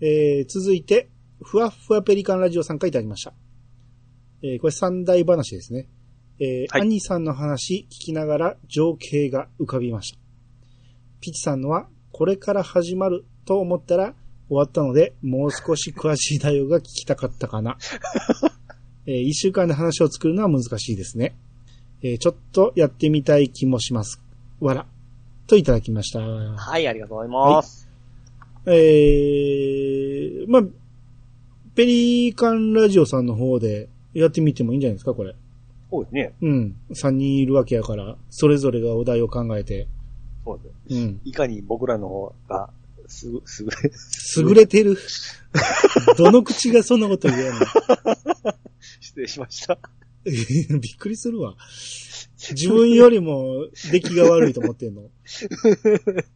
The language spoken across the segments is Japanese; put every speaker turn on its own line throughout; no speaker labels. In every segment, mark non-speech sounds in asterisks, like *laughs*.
えー、続いて、ふわっふわペリカンラジオさんからいただきました。えー、これ三大話ですね。えー、
はい
兄さんの話聞きながら情景が浮かびました。ピチさんのは、これから始まると思ったら終わったので、もう少し詳しい内容が聞きたかったか
*laughs*
な。えー、一週間で話を作るのは難しいですね。えー、ちょっとやってみたい気もします。わら。といただきました。
はい、ありがとうございます。
えー、まあ、ペリカンラジオさんの方でやってみてもいいんじゃないですか、これ。
そうですね。
うん。3人いるわけやから、それぞれがお題を考えて、
そうです。
うん。
いかに僕らの方が、すぐ、すぐ、
優れてる。どの口がそんなこと言えな
失礼しました。
い *laughs* びっくりするわ。自分よりも出来が悪いと思ってんの。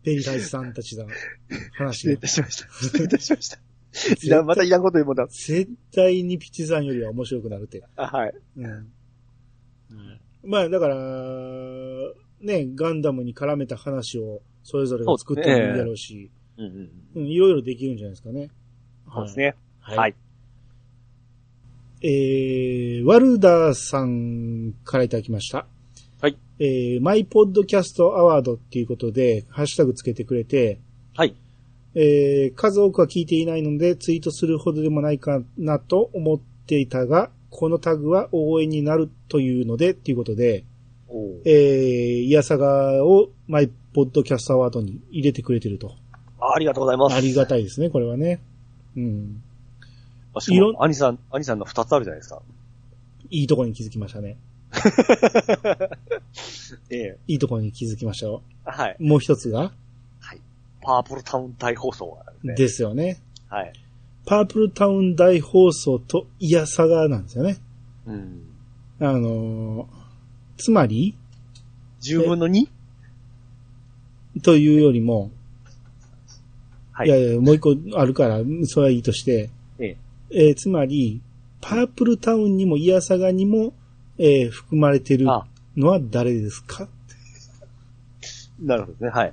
ペリカイさんたちの
失
話
礼い
が
たしました。 *laughs* 失礼いたしました。い
絶
ら
対
んまたいらんこと言うもんだ。
絶対にピチさんよりは面白くなるって。
あはい。
うんまあ、だから、ね、ガンダムに絡めた話をそれぞれが作ってもいいだろうし、
うんうん。
うん、いろいろできるんじゃないですかね。
そうですね。
はい。
はい
えー、ワルダーさんからいただきました。
はい。
えー、マイポッドキャストアワードっていうことで、ハッシュタグつけてくれて、
はい。
えー数多くは聞いていないので、ツイートするほどでもないかなと思っていたが、このタグは応援になるというので、ということで、
おー
えー、イヤサガをマイポッドキャストアワードに入れてくれてると。
あありがとうございます。
ありがたいですね、これはね。うん。
あしかも、兄さん、兄さんの二つあるじゃないですか。
いいとこに気づきましたね。
ええ。
いいとこに気づきましたよ。
はい。
もう一つが、
パープルタウン大放送があるんで。
ですよね。
はい。
パープルタウン大放送とイヤサガなんですよね。
うん。
あのーつまり、
10分の 2?
というよりも、、
はいい。
やいや、もう一個あるから、それはいいとして、
ええ
えーつまり、パープルタウンにもイヤサガにも、えー含まれてる
あ、
のは誰ですか
なるほどね。はい。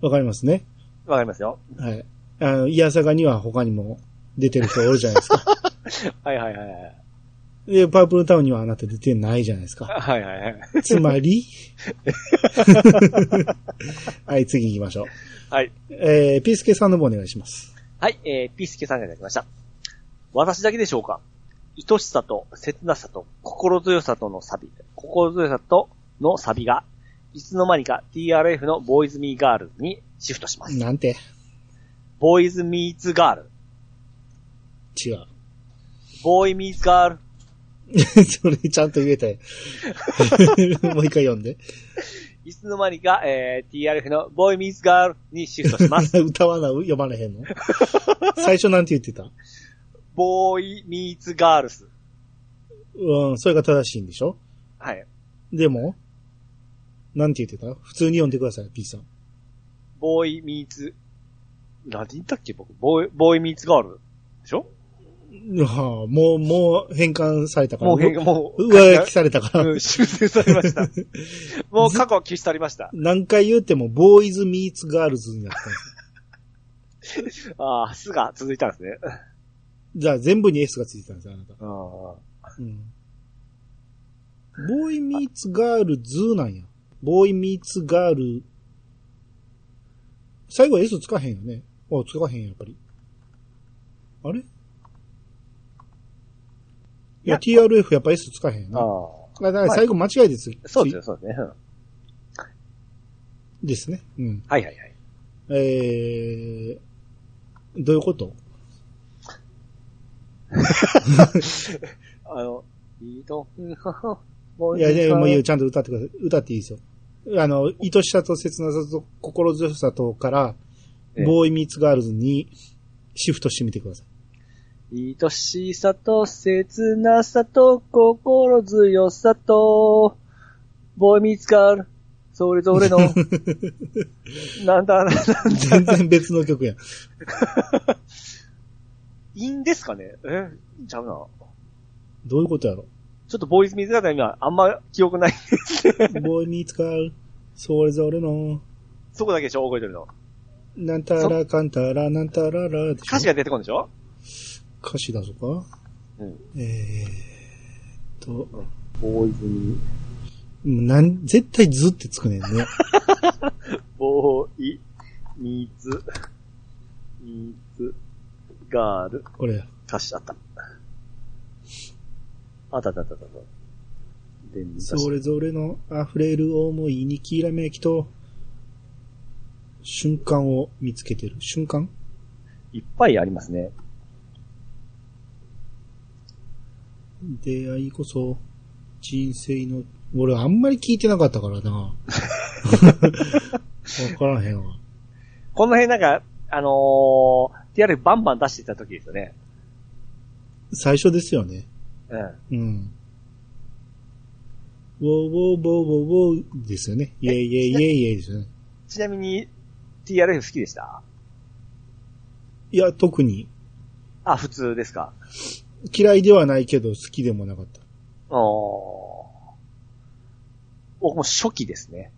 わかりますね。
わかりますよ。
はい。あの、イヤサガには他にも出てる人おるじゃないです
*laughs*
か。
はいはいはいはい。
で、パープルタウンにはあなた出てないじゃないですか。
はいはいはい。
つまり、 *laughs* はい、次行きましょう。
はい。
えー、ピースケさんの方お願いします。
はい、えー、ピースケさんがいただきました。私だけでしょうか愛しさと切なさと心強さとのサビ、心強さとのサビが、いつの間にか TRF のボーイズミーガールにシフトします。
なんて、
ボーイズミーツガール。
違う。 *laughs*
ボーイミーツガール。
それちゃんと言えたよ。 *laughs* もう一回読んで。
いつの間にか、えー、TRF のボーイミーツガールにシフトし *laughs* ます。
歌わな、読まれへんの最初なんて言ってた
ボーイミーツガールス。
うん、それが正しいんでしょ
はい。
でも、なんて言ってた普通に読んでください、P さん。
ボーイミーツ、なんて言ったっけ僕、ボーイ、ボーイミーツガール。でしょ
はあ、もう、もう変換されたから。
もう変、もう、
う上書きされたから。
うん、修正されました。もう過去は消し去りました。
何回言っても、ボーイズ・ミーツ・ガールズになったんです。
ああ、すが続いたんですね。
じゃあ全部に S がついてたんですよ、あなた。
あ
う
ー
ん。ボーイ・ミーツ・ガールズなんや。ボーイ・ミーツ・ガール。最後 S つかへんよね。あ、つかへんやっぱり。あれいや、TRF やっぱ S つかへんよな。
あ
だから最後間違いです。
ー。そうですよ、そうですね。うん
ですね。うん。
はいはいはい。
えー、どういうこと
あの、いいと、も
いや、いや、もういいよ、
う。
ちゃんと歌ってください。歌っていいですよ。あの、愛しさと切なさと心強さとから、
ええ
ボーイミーツガールズにシフトしてみてください。
愛しさと切なさと心強さと、ボーイミーツガール、それぞれの、なんだ、なんだ、
全然別の曲やん。
いいんですかねえちゃうな。
どういうことやろ。
ちょっとボーイズミーツガールの今、あんま記憶ない。
ボーイミーツガール、それぞれの、
そこだけでしょ覚えてるの。
なんたらかんたら、なんたららでしょ
歌詞が出てこんでしょ
歌詞だぞか
うん。
えー、と、も
ボーイズに、
うなん、絶対ずってつくねんね。
ボーイ、ミーズ、ミーズ、ガール、
これ。
歌詞あった。あったあったあったあった。で、
それぞれの溢れる思いにきらめきと、瞬間を見つけてる。瞬間
いっぱいありますね。
出会いこそ、人生の、俺あんまり聞いてなかったからな。わからへんわ。
この辺なんか、あのー、TR バンバン出してた時ですよね。
最初ですよね。
うん。
うん。ウォーウォーウォーウォーウォーですよね。イェイイェイイェイイェイですよね。
ちなみに、TRF 好きでした
いや、特に
あ、普通ですか。
嫌いではないけど好きでもなかった。
あー。僕も初期ですね。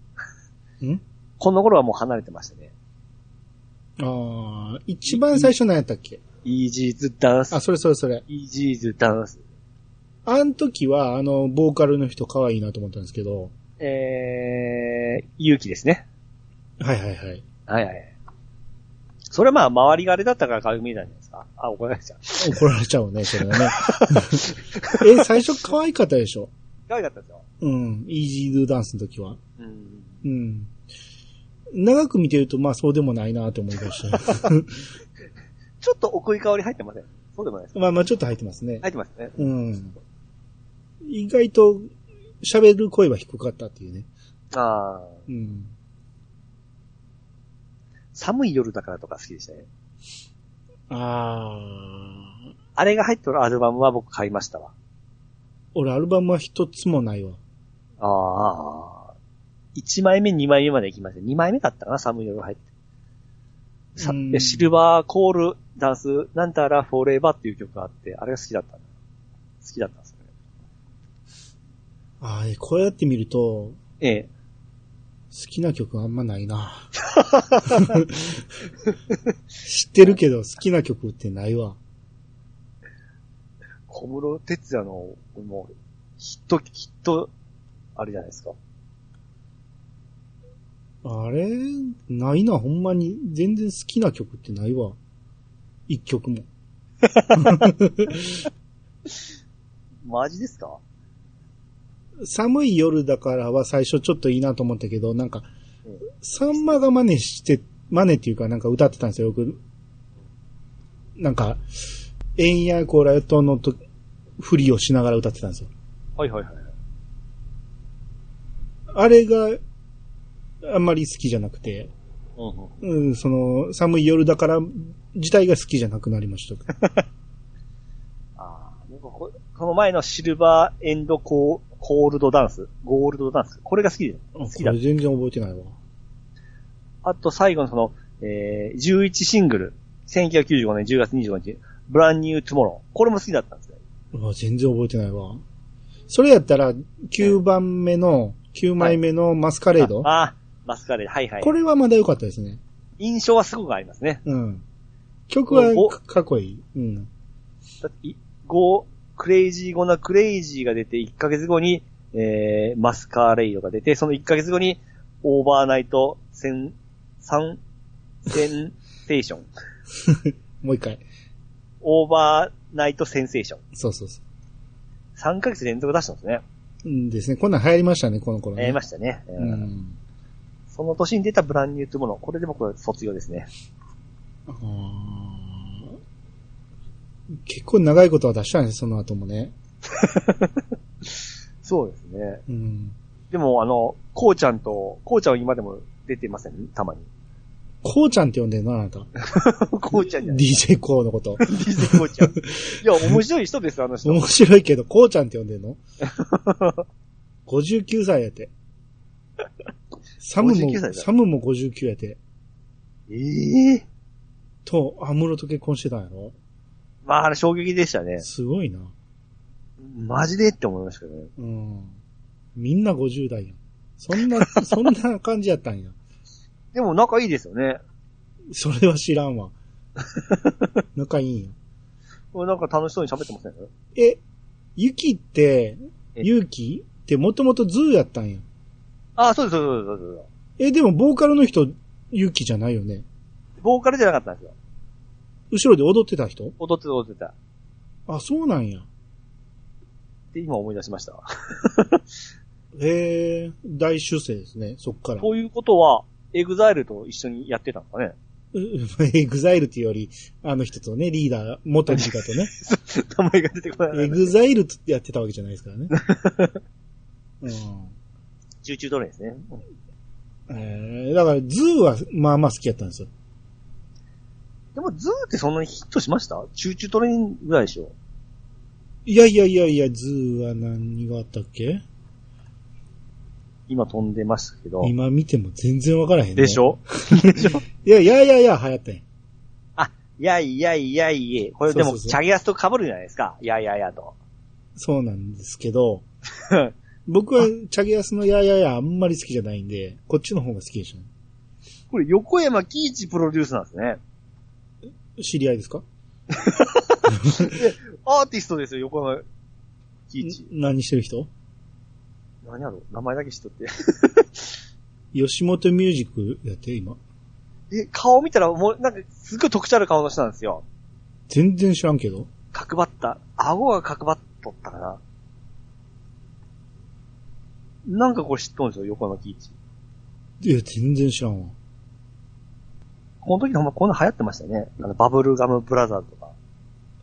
ん
この頃はもう離れてましたね。
ああ、一番最初何やったっけ
Easy to dance.
あ、それそれそれ。
Easy to dance.
あの時は、あの、ボーカルの人可愛いなと思ったんですけど、
えー、勇気ですね。
はいはいはい。
はいはいはい。それはまあ、周りがあれだったから可愛く見えたんじゃないですか。あ、怒られちゃう。
怒られちゃうね、それがね。 *laughs* え、最初可愛かったでしょ
可愛かったですよ。
うん。イージードゥダンスの時は。
うん。
うん。長く見てると、まあそうでもないなと思いま *laughs* した。
ちょっと奥い香り入ってませんそうでもないですか
まあまあちょっと入ってますね。
入ってますね。
うん。意外と、喋る声は低かったっていうね。
あ
う
ー。
ん。
寒い夜だからとか好きでしたね。
あー。
あれが入ってるアルバムは僕買いましたわ。
俺アルバムは一つもないわ。
ああ。1枚目、2枚目まで行きました。2枚目だったかな、寒い夜が入って。さ
うん
でシルバーコールダンス、なんたらフォーレーバーっていう曲があって、あれが好きだったんだ。好きだったんですよね。
あー、こうやって見ると、
ええ。
好きな曲あんまないな知ってるけど好きな曲ってないわ。
小室哲也の、もう、ヒット、ヒット、あれじゃないですか。
あれないな、ほんまに。全然好きな曲ってないわ。一曲も。
マジですか
寒い夜だからは最初ちょっといいなと思ったけど、なんか
うん、
サンマが真似して、真似っていうかなんか歌ってたんですよ、よく。なんか、エンヤコラとのと、ふりをしながら歌ってたんですよ。
はいはいはい。
あれが、あんまり好きじゃなくて、
うんうん。
うん、その、寒い夜だから、自体が好きじゃなくなりました。
ああ、僕ここの前のシルバーエンドコーコールドダンス、ゴールドダンス、これが好きで、好きだ
これ。全然覚えてないわ。
あと最後のその、えー、11シングル、1995年10月25日、ブランニュートゥモロー。これも好きだったんですね。
うわ全然覚えてないわ。それやったら、9番目の、9枚目のマスカレード、
ああ、マスカレード、はいはい。
これはまだ良かったですね。
印象はすごくありますね。
うん。曲は
お
かかっこいい。うん。
だって、いゴー、クレイジーゴナクレイジーが出て、1ヶ月後に、えー、マスカレイドが出て、その1ヶ月後に、オーバーナイト、セン、サン、センセーション。
もう一回。
オーバーナイトセンセーション。
そうそうそ
3ヶ月連続出したんですね。
う。うんですね。こんなん流行りましたね、この頃
や
ね。
りましたね。う
うんん。
その年に出たブランニューってもの、これで僕は卒業ですね。
あー結構長いことは出したね、その後もね。
そうですね。
うん。
でも、あの、こうちゃんと、こうちゃんは今でも出てません、たま *laughs* に。
こうちゃんって呼んでるのあなた。
こうちゃんじゃ *laughs* ない。
DJ こうのこと。
DJ こうちゃん。いや、面白い人です、あの人。
面白いけど、こうちゃんって呼んで
*laughs*
んの ?59 歳やて。サムも
59歳だ、
サムも59やて。
ええ
と、アムロと結婚してたんやろ
まあ、あれ衝撃でしたね。
すごいな。
マジでって思いましたけどね。
うん。みんな50代やん。そんな、そんな感じやったんや。
でも仲いいですよね。
それは知らん
*laughs*
わ。仲いいんや。
これなんか楽しそうに喋ってません
え、ユキって、
え
ユキってもともとズーやったんや。
あ、そうです、そうです、そうですそうで
え、でもボーカルの人、ユキじゃないよね。
す。ボーカルじゃなかったんですよ。
後ろで踊ってた人
踊ってた踊ってた。
あ、そうなんや。
で、今思い出しました。
へえ、大出世ですね、そっから。
ということは、エグザイルと一緒にやってたのかね。 *laughs*
*laughs* エグザイルっていうより、あの人とね、リーダー、元リーダーと
*laughs*
ね、
名前が出てこない。
エグザイルってやってたわけじゃないですから
*laughs*
ね。うん
集中どれですね。
えーだから、ズーは、まあまあ好きやったんですよ。
でも、ズーってそんなにヒットしましたチューチュートレインぐらいでしょ。
いやいやいやいや、ズーは何があったっけ
今飛んでましたけど。
今見ても全然わからへん、ね。
でしょ
いやいやいやいや、流行ったんや。
*laughs* いやいやいやいや。これで
そ
も、
うそうそ
チ
う
ャゲアスと被るじゃないですか。いやいやいやと。
そうなんですけ
*laughs*
ど、僕はチャゲアスのやいやいやあんまり好きじゃないんで、こっちの方が好きでしょ。
これ、横山喜一プロデュースなんですね。
知り合いですか
アーティストですよ、横山喜一。
ん何してる人
何やろ名前だけ知っとって。 *laughs*
吉本ミュージックやって、今。
え、顔見たらもう、なんか、すごい特徴ある顔の人なんですよ。
全然知らんけど。
角張った。顎が角張っとったかな。なんかこれ知っとんですよ、横山喜一。
いや、全然知らんわ。
この時ほんまこんな流行ってましたよね。あのバブルガムブラザーズとか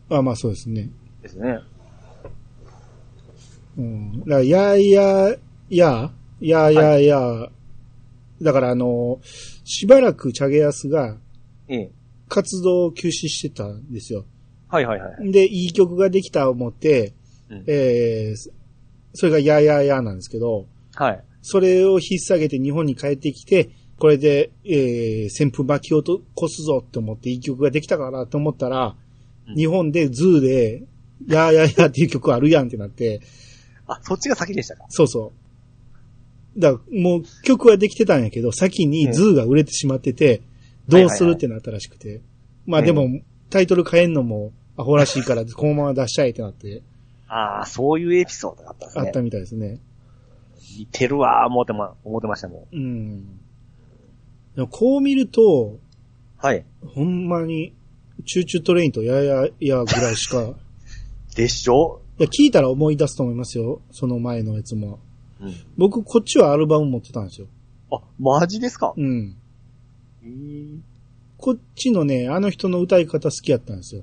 あ、まあそうですね。
ですね。
うん。だから、やいや、や、やいやいや、だからあの、しばらくチャゲアスが
ええ。
活動を休止してたんですよ。
はいはいはい。
で、いい曲ができた思って、
うん
えー、それがやややなんですけど、
はい。
それを引っ提げて日本に帰ってきて、これで、えー、旋風巻き落とこすぞって思っていい曲ができたかなと思ったら、
うん
日本でズーで、やーやーやーっていう曲あるやんってなって、
あ、そっちが先でしたか。
そうそう。だからもう曲はできてたんやけど、先にズーが売れてしまってて、
うん
どうするってなったらしくて。まあでも、タイトル変えんのもアホらしいから、このまま出したいってなって、
ああ、そういうエピソードがあったんです
あ
ね。
ったみたいですね。
似てるわー、思ってま、思ってましたも
うん。でもこう見ると、
ん。はい。
ほんまに、チューチュートレインとやややぐらいしか、 *laughs* い
でしょ
や、聞いたら思い出すと思いますよ。その前のやつも。
うん。
僕、こっちはアルバム持ってたんですよ。
あ、マジですか
うん。
えー。
こっちのね、あの人の歌い方好きやったんですよ。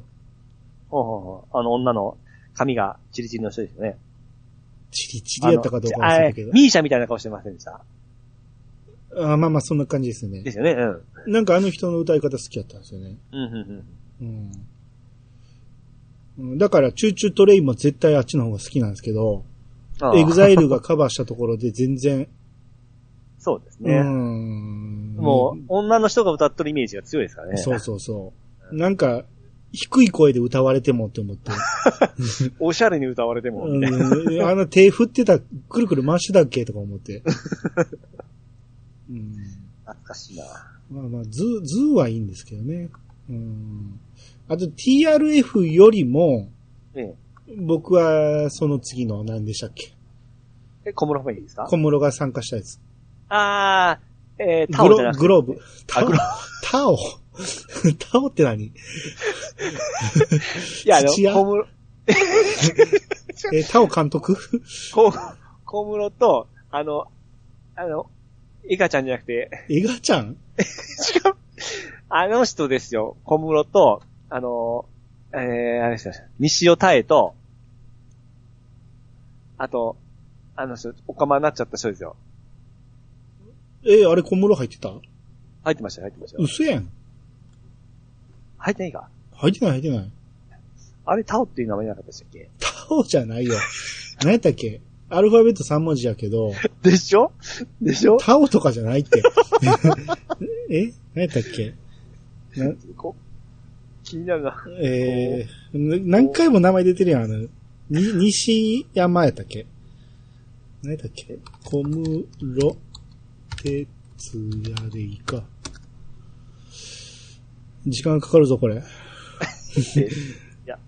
ほうほうほうあの女の髪がチリチリの人ですよね。
チリチリやったかどうか忘れたけど
あの。あミーシャみたいな顔してませんでした
あまあまあ、そんな感じですね
で。すよね。うん。うん
なんかあの人の歌い方好きやったんですよね。
うんう
う
ん。
ん。うんだから、チューチュートレインも絶対あっちの方が好きなんですけど、
あー
エグザイルがカバーしたところで全然、
そうです
うー
*laughs* ね。
ん。
もう、女の人が歌ってるイメージが強いですからね。
そうそうそう。なんか、低い声で歌われてもって思って。
おしゃれに歌われても、みたいな。
うん、あの手振ってた、くるくる回してたっけとか思って。うん、
懐かしいな。
まあまあ、ズー、ズーはいいんですけどね。うん、あと TRF よりも、
ええ。
僕はその次の何でしたっけ
え、小室ファミリーですか
小室が参加したやつ。
あー、えー、タ
グ
オルじゃ
ロ
なくて
グローブ。タ
あ
オ
グロ
タオタオって *laughs* 何
いや、あの、
土屋
小室、
えータオ監
*laughs*
督
小小室と、あの、あの、イカちゃんじゃなくて、
エガちゃん
違う。 *laughs* あの人ですよ。小室と、あの、えー、あれですよ。西尾太恵と、あと、あの人、おかまになっちゃった人ですよ。
えーあれ小室入ってた
入ってましたよ、入ってましたよ。
嘘やん。
入ってないか
入ってない入ってない。
あれ、タオっていう名前じゃなかったでしたっけ
タオじゃないよ。何やったっけアルファベット3文字やけど、
でしょでしょ
タオとかじゃないって。 *laughs* え何やったっけな
こ気になるな。
えー、な何回も名前出てるやん。あの、に、西山やったっけ何やったっけ小室哲也でいいか。時間かかるぞ、これ。
いや、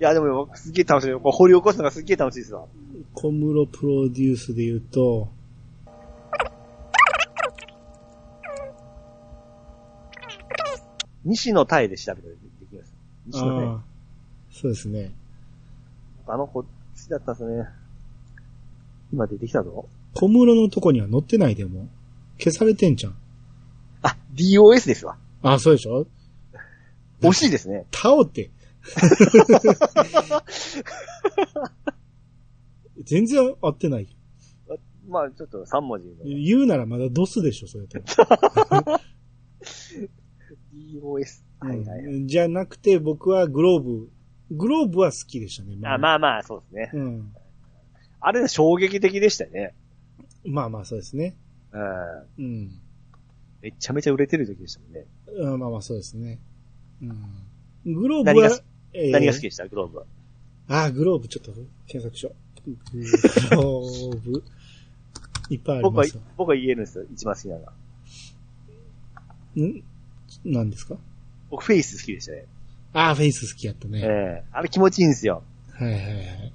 いや、でも、すっげえ楽しい。こう掘り起こすのがすっげえ楽しいですわ。
小室プロデュースで言うと、
西野太で調べたらできます。西野太
ああ、そうですね。
あの子、好きだったんですね。今出てきたぞ。
小室のとこには載ってないでも。消されてんじゃん。
あ、DOS ですわ。
ああ、そうでしょ
惜しいですね。
タオ
*laughs*
って。全然合ってない。
まあ、ちょっと3文字の。
言うならまだドスでしょ、それと。
DOS。はいはいはい。
うんじゃなくて、僕はグローブ。グローブは好きでしたね。
あまあまあ、そうですね。
うん。
あれ衝撃的でしたね。
まあまあ、そうですね。
うん。
うん。
めちゃめちゃ売れてる時でしたもんね。
うんまあまあ、そうですね。うん。グローブ
何が
は
す、
えー
何が好きでしたグローブは。
あー、グローブちょっと検索しよう。グロー
*laughs*
ブ。いっぱいあり
僕
ま
は
すよ。、
僕は言えるんですよ。一番好きなの
ん
は。
何ですか
僕、フェイス好きでしたね。
あー、フェイス好きやったね。
ええあれ気持ちいいんですよ。
はいはいはい。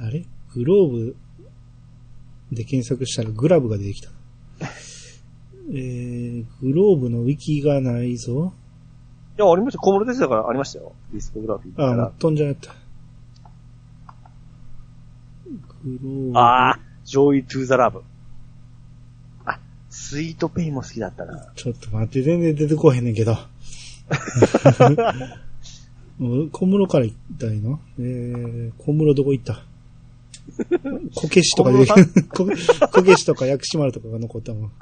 あれグローブで検索したらグラブが出てき *laughs* た。えー、グローブのウィキがないぞ。
いや、ありました。小室哲だからありましたよ。ディスコグラフィー
あー、
か
も
ら
う。飛んじゃった。グローブ。
ああ、ジョイ・トゥ・ザ・ラブ。あ、スイート・ペインも好きだったな。
ちょっと待って、全然出てこへんねんけど。もう小室から行ったらいいのえー、小室どこ行ったこけしとかで
小室、
こ *laughs* こけしとか薬師丸とかが残ったもん。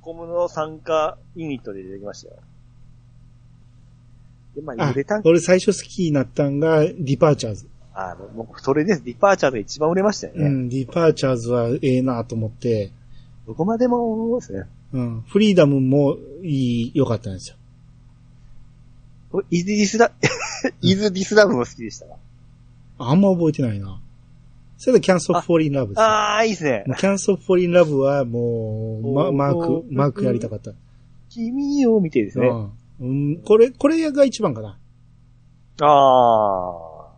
小室参加ユニットで出てきましたよ。で、まあ、
あ
売れたん、か。
俺最初好きになったんが、ディパーチャーズ。
あの、僕、それです。ディパーチャーが一番売れましたよね。
うん、ディパーチャーズはええなと思って、
どこまでも、ですね。
うん、フリーダムもいい、良かったんですよ。
僕イズ・ディスラ、イズ・ディスラブも好きでしたわ。
あんま覚えてないな。それでキャンソルフォーリンラブですね。
ああ、いいですね。
キャンソルフォーリンラブはもう、ま、マー
お
ク
ー、
マークやりたかった。
君を見てですね。
うん。うんこれ、これが一番かな。
ああ。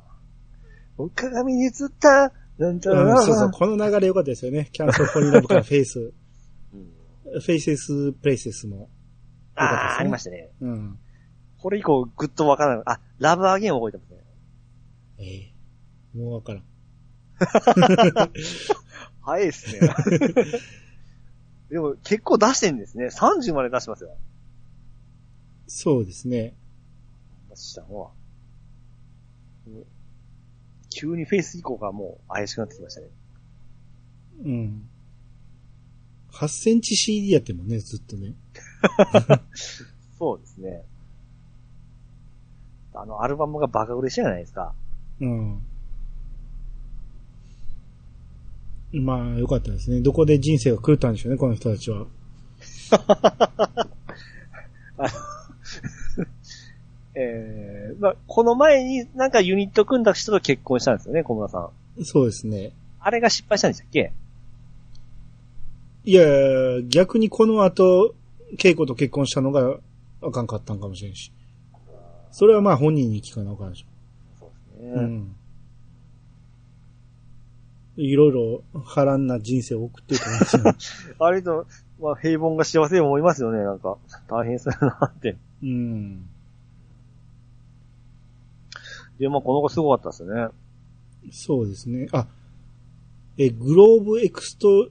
鏡に映った、なんちゃ
う
ら。
ん、そうそう。この流れ良かったですよね。キャンソルフォーリンラブからフェイス、 *laughs* フ
うん
ェイセスプレイセスも。
あ
よかったです
あ、
ね
ありましたね。
うん。
これ以降、ぐっとわからない。あ、ラブアゲイン覚えてますね。
ええもうわからん。
早いっすね。でも、結構出してんですね。30まで出してますよ。
そうですね。
出したのは。うん急にフェイス以降がもう怪しくなってきましたね。
うん。8センチ CD やってもんね、ずっとね。
そうですね。あの、アルバムがバカ売れしたじゃないですか。
うん。まあ、良かったですね。どこで人生が狂ったんでしょうね、この人たちは。
ええまあ、この前になんかユニット組んだ人と結婚したんですよね、小村さん。
そうですね。
あれが失敗したんでしたっけ
いや、逆にこの後、稽古と結婚したのがあかんかったんかもしれんし。それはまあ本人に聞かなあかんでし
そうです
ょ。
ね。
うん。いろいろ波乱な人生を送っていたんですよ。
*laughs* あれと、まあ、平凡が幸せに思いますよね、なんか。大変そうだなって。
うん。
で、まあ、この子すごかったですよね。
そうですね。あ、え、グローブエクスト、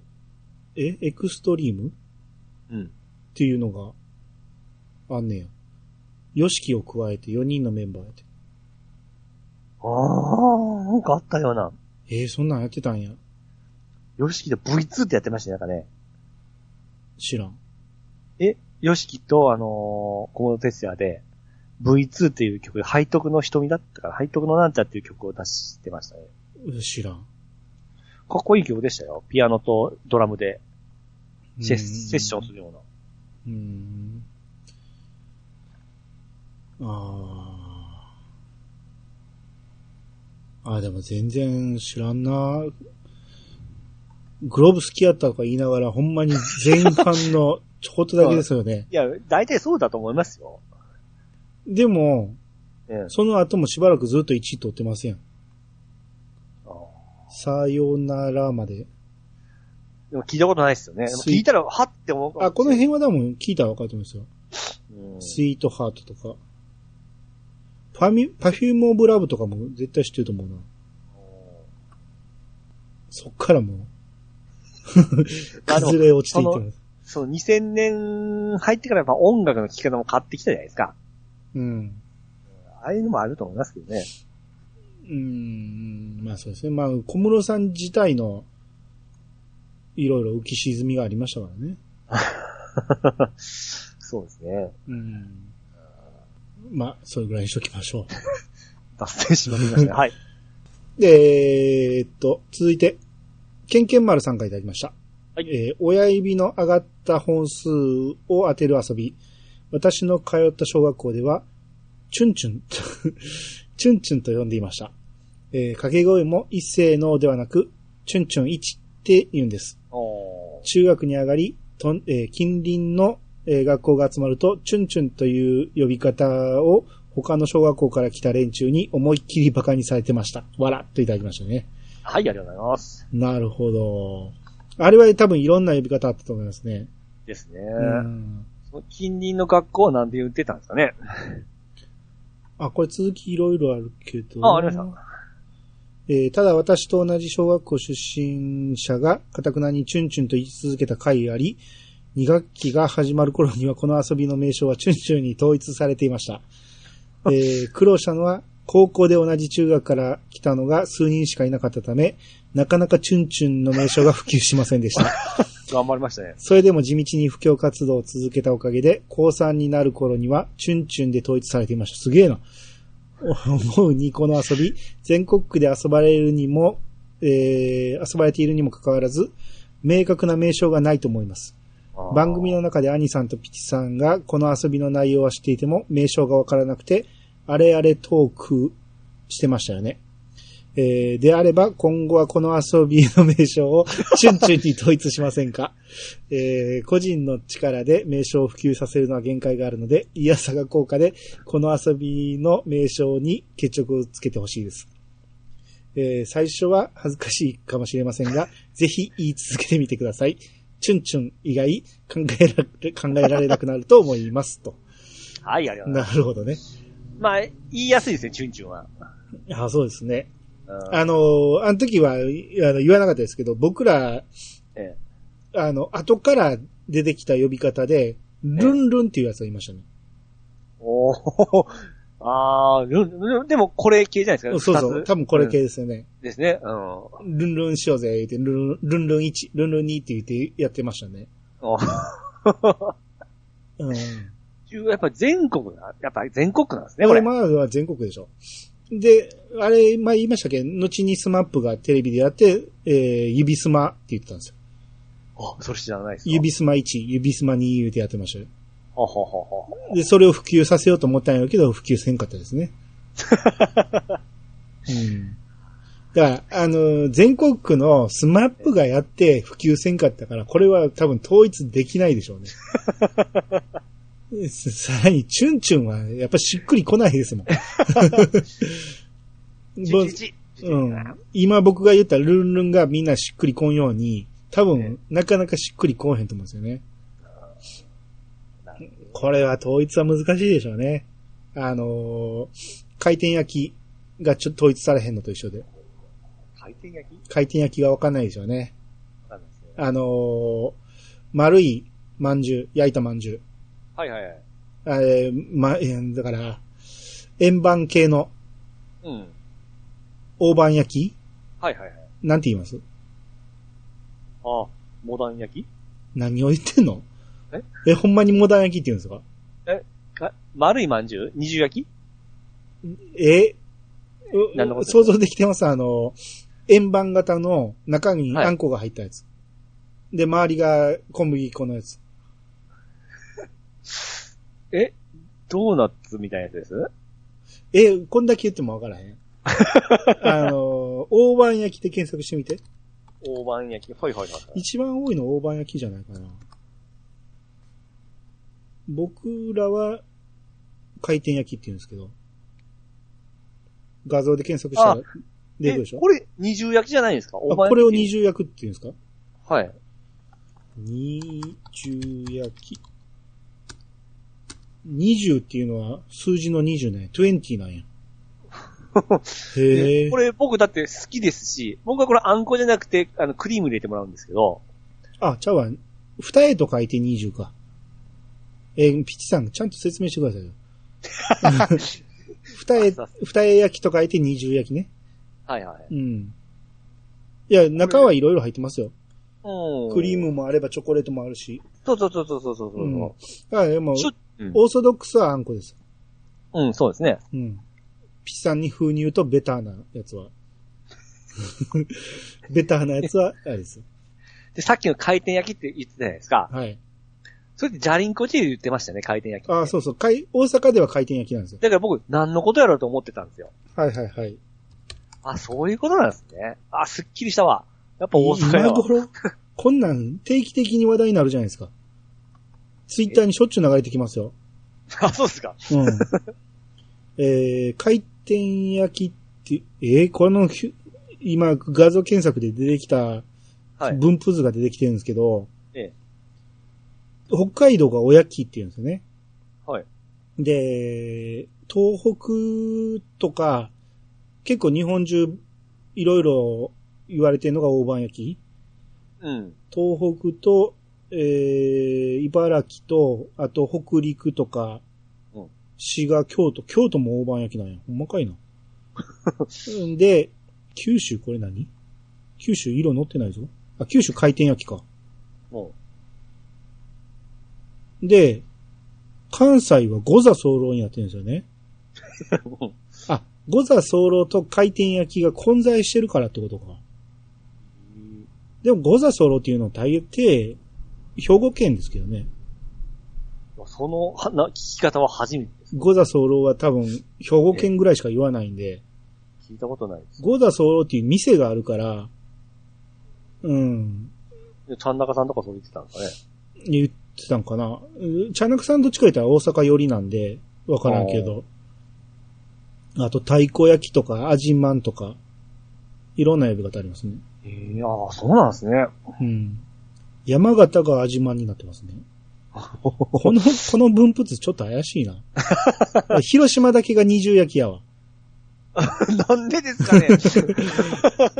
え、エクストリーム
うん。
っていうのがあんねや。ヨシキを加えて4人のメンバーやって。
ああ、なんかあったような。
えーそんなんやってたんや。
ヨシキと V2 ってやってましたね、なんかね。
知らん。
え、ヨシキと、あのー、小室哲也で、V2 っていう曲で、背徳の瞳だったから、背徳のなんちゃっていう曲を出してましたね。
うん知らん。
かっこいい曲でしたよ。ピアノとドラムで、セッ
うん
セッションするような。
うーんああ。あーでも全然知らんな。グローブ好きやったとか言いながら、ほんま
*laughs*
に全般のちょこっとだけですよね。
いや、大体そうだと思いますよ。
でも、
うん。
その後もしばらくずっと1位取ってません。
あー
さよならまで。
でも聞いたことないですよね。でも
スイ
聞いたら、はって思うかも
あ、この辺は多分聞いたらわかると思うんですよ。
うん
スイートハートとか。ファミ、パフュームオブラブとかも絶対知ってると思うな。そっから
*laughs*
もう、
あでも
崩れ落ちていってます。
そう、2000年入ってからやっぱ音楽の聴き方も変わってきたじゃないですか。
うん。
ああいうのもあると思いますけどね。
うん、まあそうですね。まあ、小室さん自体の、いろいろ浮き沈みがありましたからね。
*laughs* そうですね。
うん。まあ、それぐらいにしときましょ
脱線しまいりましたね。はい。
う。で、えーっと、続いて、ケンケン丸さんからいただきました。
はい
えー親指の上がった本数を当てる遊び。私の通った小学校では、チュンチュン、 *laughs* チュンチュンと呼んでいました。えー掛け声も一斉のではなく、チュンチュン1って言うんです。
おー
中学に上がり、とんえー近隣の、えー学校が集まると、チュンチュンという呼び方を他の小学校から来た連中に思いっきり馬鹿にされてました。わらっといただきましたね。
はい、ありがとうございます。
なるほど。あれは多分いろんな呼び方あったと思いますね。
ですね。
うん
その近隣の学校はなんて言ってたんですかね。
あ、これ続きいろいろあるけど。
あありました
えーただ私と同じ小学校出身者が、かたくなにチュンチュンと言い続けた回があり、2学期が始まる頃にはこの遊びの名称はチュンチュンに統一されていました。えー苦労したのは、高校で同じ中学から来たのが数人しかいなかったため、なかなかチュンチュンの名称が普及しませんでした。
頑張りましたね。
それでも地道に布教活動を続けたおかげで、高3になる頃には、チュンチュンで統一されていました。すげえな。 *laughs* 思うにこの遊び、全国区で遊ばれるにも、えー遊ばれているにもかかわらず、明確な名称がないと思います。
あー
番組の中で兄さんとピチさんがこの遊びの内容は知っていても名称がわからなくて、あれあれトークしてましたよね。えーであれば今後はこの遊びの名称をチュンチュンに統一しませんか、 *laughs* えー個人の力で名称を普及させるのは限界があるので、いやさが効果でこの遊びの名称に決着をつけてほしいです。えー最初は恥ずかしいかもしれませんが、ぜひ言い続けてみてください。チュンチュン以外考えられ、考えられなくなると思います
*laughs*
と。
はい、ありがとうござい
な
ます。
るほどね。
まあ、言いやすいですね、チュンチュンは。
あそうですね。
うん
あのー、あの時は、いあの言わなかったですけど、僕ら、
え
あの、後から出てきた呼び方で、ルンルンっていうやつがいましたね。
おお。ああ、ルンルンでもこれ系じゃないです
そう
か。
そ
二
う。
つ
多分これ系ですよね。
うんですね。うん。
ルンルンしようぜ、言って、ルンルン、ルンルン1、ルンルン2って言ってやってましたね。
お *laughs*
うん。
やっぱ全国な、やっぱ全国なんですね、
こ
こ
れ
れ。
まだは全国でしょ。で、あれ、前言いましたっけ後にスマップがテレビでやって、えー、指スマって言ってたんですよ
あ、それ知らないですか。
指すま1、指すま2言うてやってましたよ。
ほほほほ。
で、それを普及させようと思ったんやけど、普及せんかったですね。うん。だから、あのー、全国区のスマップがやって普及せんかったから、これは多分統一できないでしょうね。ささらに、チュンチュンはやっぱしっくりこないですもん。 *laughs*
ち
ぼ
ちち
うん、今僕が言ったルンルンがみんなしっくりこんように、多
え
分、なかなかしっくりこんへんと思うんですよね
なる。
これは統一は難しいでしょうね。あのー回転焼きがちょっと統一されへんのと一緒で。
回転焼き
回転焼きがわかんないでしょうね。
わかんないですね。
あのー丸いまんじゅう、焼いたまんじゅう。
はいはいはい。
あれ、ま、えーだから、円盤系の
うん。
大判焼き
はいはいはい。
なんて言います
あ、モダン焼き
何を言ってんの
え
え、ほんまにモダン焼きって言うんですか
か丸いまんじゅう二重焼き
え
何のこと
想像できてますあの、円盤型の中に
はい
あんこが入ったやつ。で、周りが小麦粉のやつ。
えドーナツみたいなやつです
え、こんだけ言ってもわからへ
*laughs*
ん。あの、大判焼きで検索してみて。
大判焼き。はいはいはいはい。
一番多いの大判焼きじゃないかな。僕らは、回転焼きって言うんですけど、画像で検索したら出てくるでしょ
これ、二重焼きじゃないんですか
あこれを。
大判
二重焼くって言うんですか
はい。
二重焼き。二十っていうのは数字の20ね。20なん
*laughs*
や。へえ。
これ僕だって好きですし、僕はこれあんこじゃなくて、あの、クリーム入れてもらうんですけど、
あ、ちゃうわ。二重と書いて20か。えーピチさん、ちゃんと説明してください
*laughs*
よ。二重、二重焼きと書いて二重焼きね。
はいはい。
うん。いや、中はいろいろ入ってますよ。
うん。
クリー。ムもあればチョコレートもあるし。
そうそうそうそうそうそう
うん
そ
あでも
う、しょうん
オーソドックスはあんこです。
うん、そうですね。
うん。ピチさんに風に言うとベターなやつは。 *laughs* ベターなやつは、あれです。
で、さっきの回転焼きって言ってたじゃないですか。
はい。
それでジャリンコチー言ってましたよね、回転焼き。
あそうそう。かい大阪では回転焼きなんですよ。
だから僕、何のことやろうと思ってたんですよ。
はいはいはい。
あ、そういうことなんですね。あ、すっきりしたわ。やっぱ大阪や
今
わ。
頃、こんなん定期的に話題になるじゃないですか。ツイッターにしょっちゅう流れてきますよ。
*laughs* あ、そうですか。
うん。 *laughs* えー、回転焼きって、えー、このひゅ、今画像検索で出てきた
はい。
分布図が出てきてるんですけど、
ええ
北海道がおやきって言うんですよね。
はい。
で、東北とか、結構日本中、いろいろ言われてるのが大判焼き。
うん。
東北と、えー、茨城と、あと北陸とか、
うん
滋賀、京都。京都も大判焼きなんや。ほんまかい
*laughs*
な。うんで、九州これ何九州色乗ってないぞ。あ、九州回転焼きか。
も
で、関西は五座騒動になってるんですよね。
う。 *laughs*
あ、五座騒動と回転焼きが混在してるからってことか。でも五座騒動っていうのは大抵、兵庫県ですけどね。
そのはな聞き方は初めてです。
五座騒動は多分、兵庫県ぐらいしか言わないんで、
聞いたことないです。
五座騒動っていう店があるから、うん、
でちゃん中さんとかそう言ってたんですかね。
言ってたんかな。うん茶中さんどっちか言ったら大阪寄りなんで、わからんけど。あと、太鼓焼きとか、味まんとか、いろんな呼び方ありますね。
ええああ、そうなんですね。
うん。山形が味まんになってますね。この、この分布図ちょっと怪しいな。広島だけが二重焼きやわ。
*laughs* なんでですかね。 *laughs*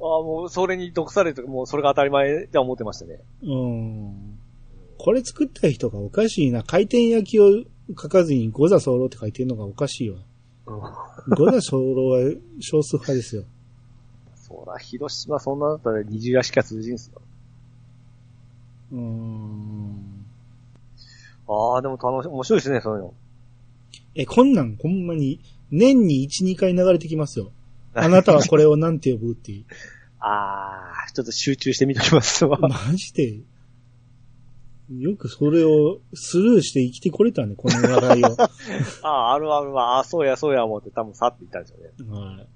ああ、もう、それに毒されて、もう、それが当たり前って思ってましたね。
うん。これ作った人がおかしいな。回転焼きを書かずに五座候って書いてるのがおかしいわ。五座候は少数派ですよ。
そら、広島そんなだったら二重足しか通じんすよ。
うん。
ああ、でも楽し、面白いですね、そういうの。
え、こんなんほんまに年に1、2回流れてきますよ。あなたはこれをなんて呼ぶっていう。
ああ、ちょっと集中して見ときますわ。
マジで、よくそれをスルーして生きてこれたね、この話題を。は
あ *laughs* あ、あるあるわ。ああ、そうや、そうや、思って多分去っていったんでしょうね。
い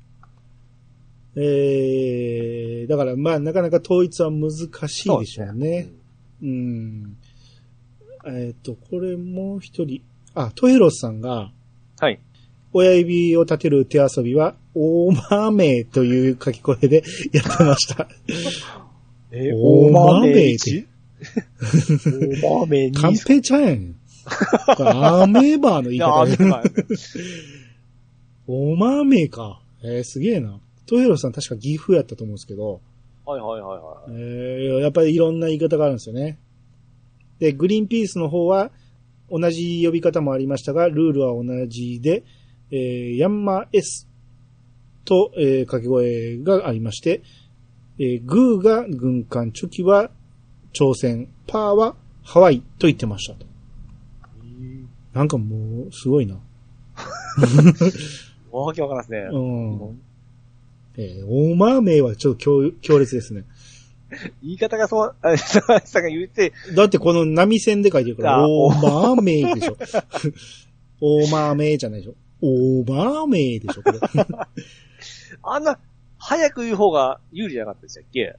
えー、だからまあなかなか統一は難しいでしょうね。うん。えっ、と、これもう一人。あ、トヘロスさんが、
はい。
親指を立てる手遊びは、おまめという書き声でやってました。
え
お豆
一お豆二
カンペちゃんやねん。これアメーバーの言い
いや
方や
あ見
ね
てない
おまめか。えー、すげえな。トヘロスさん確か岐阜やったと思うんですけど、
はいはいはいは
えー、やっぱりいろんな言い方があるんですよね。で、グリーンピースの方は、同じ呼び方もありましたが、ルールは同じで、えー、ヤンマ S と、えー、掛け声がありまして、えー、グーが軍艦、チョキは朝鮮、パーはハワイと言ってましたと。
い。
なんかもう、すごいな。
わけわからんですね。
うん。えー、おまめはちょっと強強烈ですね。
言い方がそう、あ、高橋さんが言って、
だってこの波線で書いてるから、
あ
おーまーめーでしょ。 *laughs* おーまーめーじゃないでしょ。おーまーめーでしょ、これ。 *laughs*
あんな、早く言う方が有利じゃなかったでしたっけ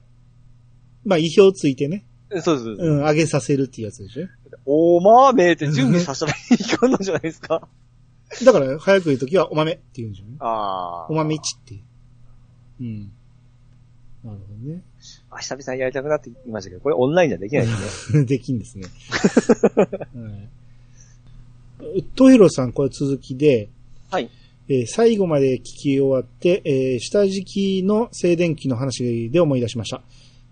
まあ、意表ついてね。
そうです。
うん、上げさせるっていうやつでしょ。
お豆って準備させたらいいかんのじゃないですか。
だから、早く言うときはお豆って言うんじゃない
ああ。
お豆ちって。うん。なるほどね。
あ、久々にやりたくなってきましたけど、これオンラインじゃできないです
*laughs*
ね。
できんですね。はい。トヒロさん、これ続きで、
はい。
えー最後まで聞き終わって、えー下敷きの静電気の話で思い出しました。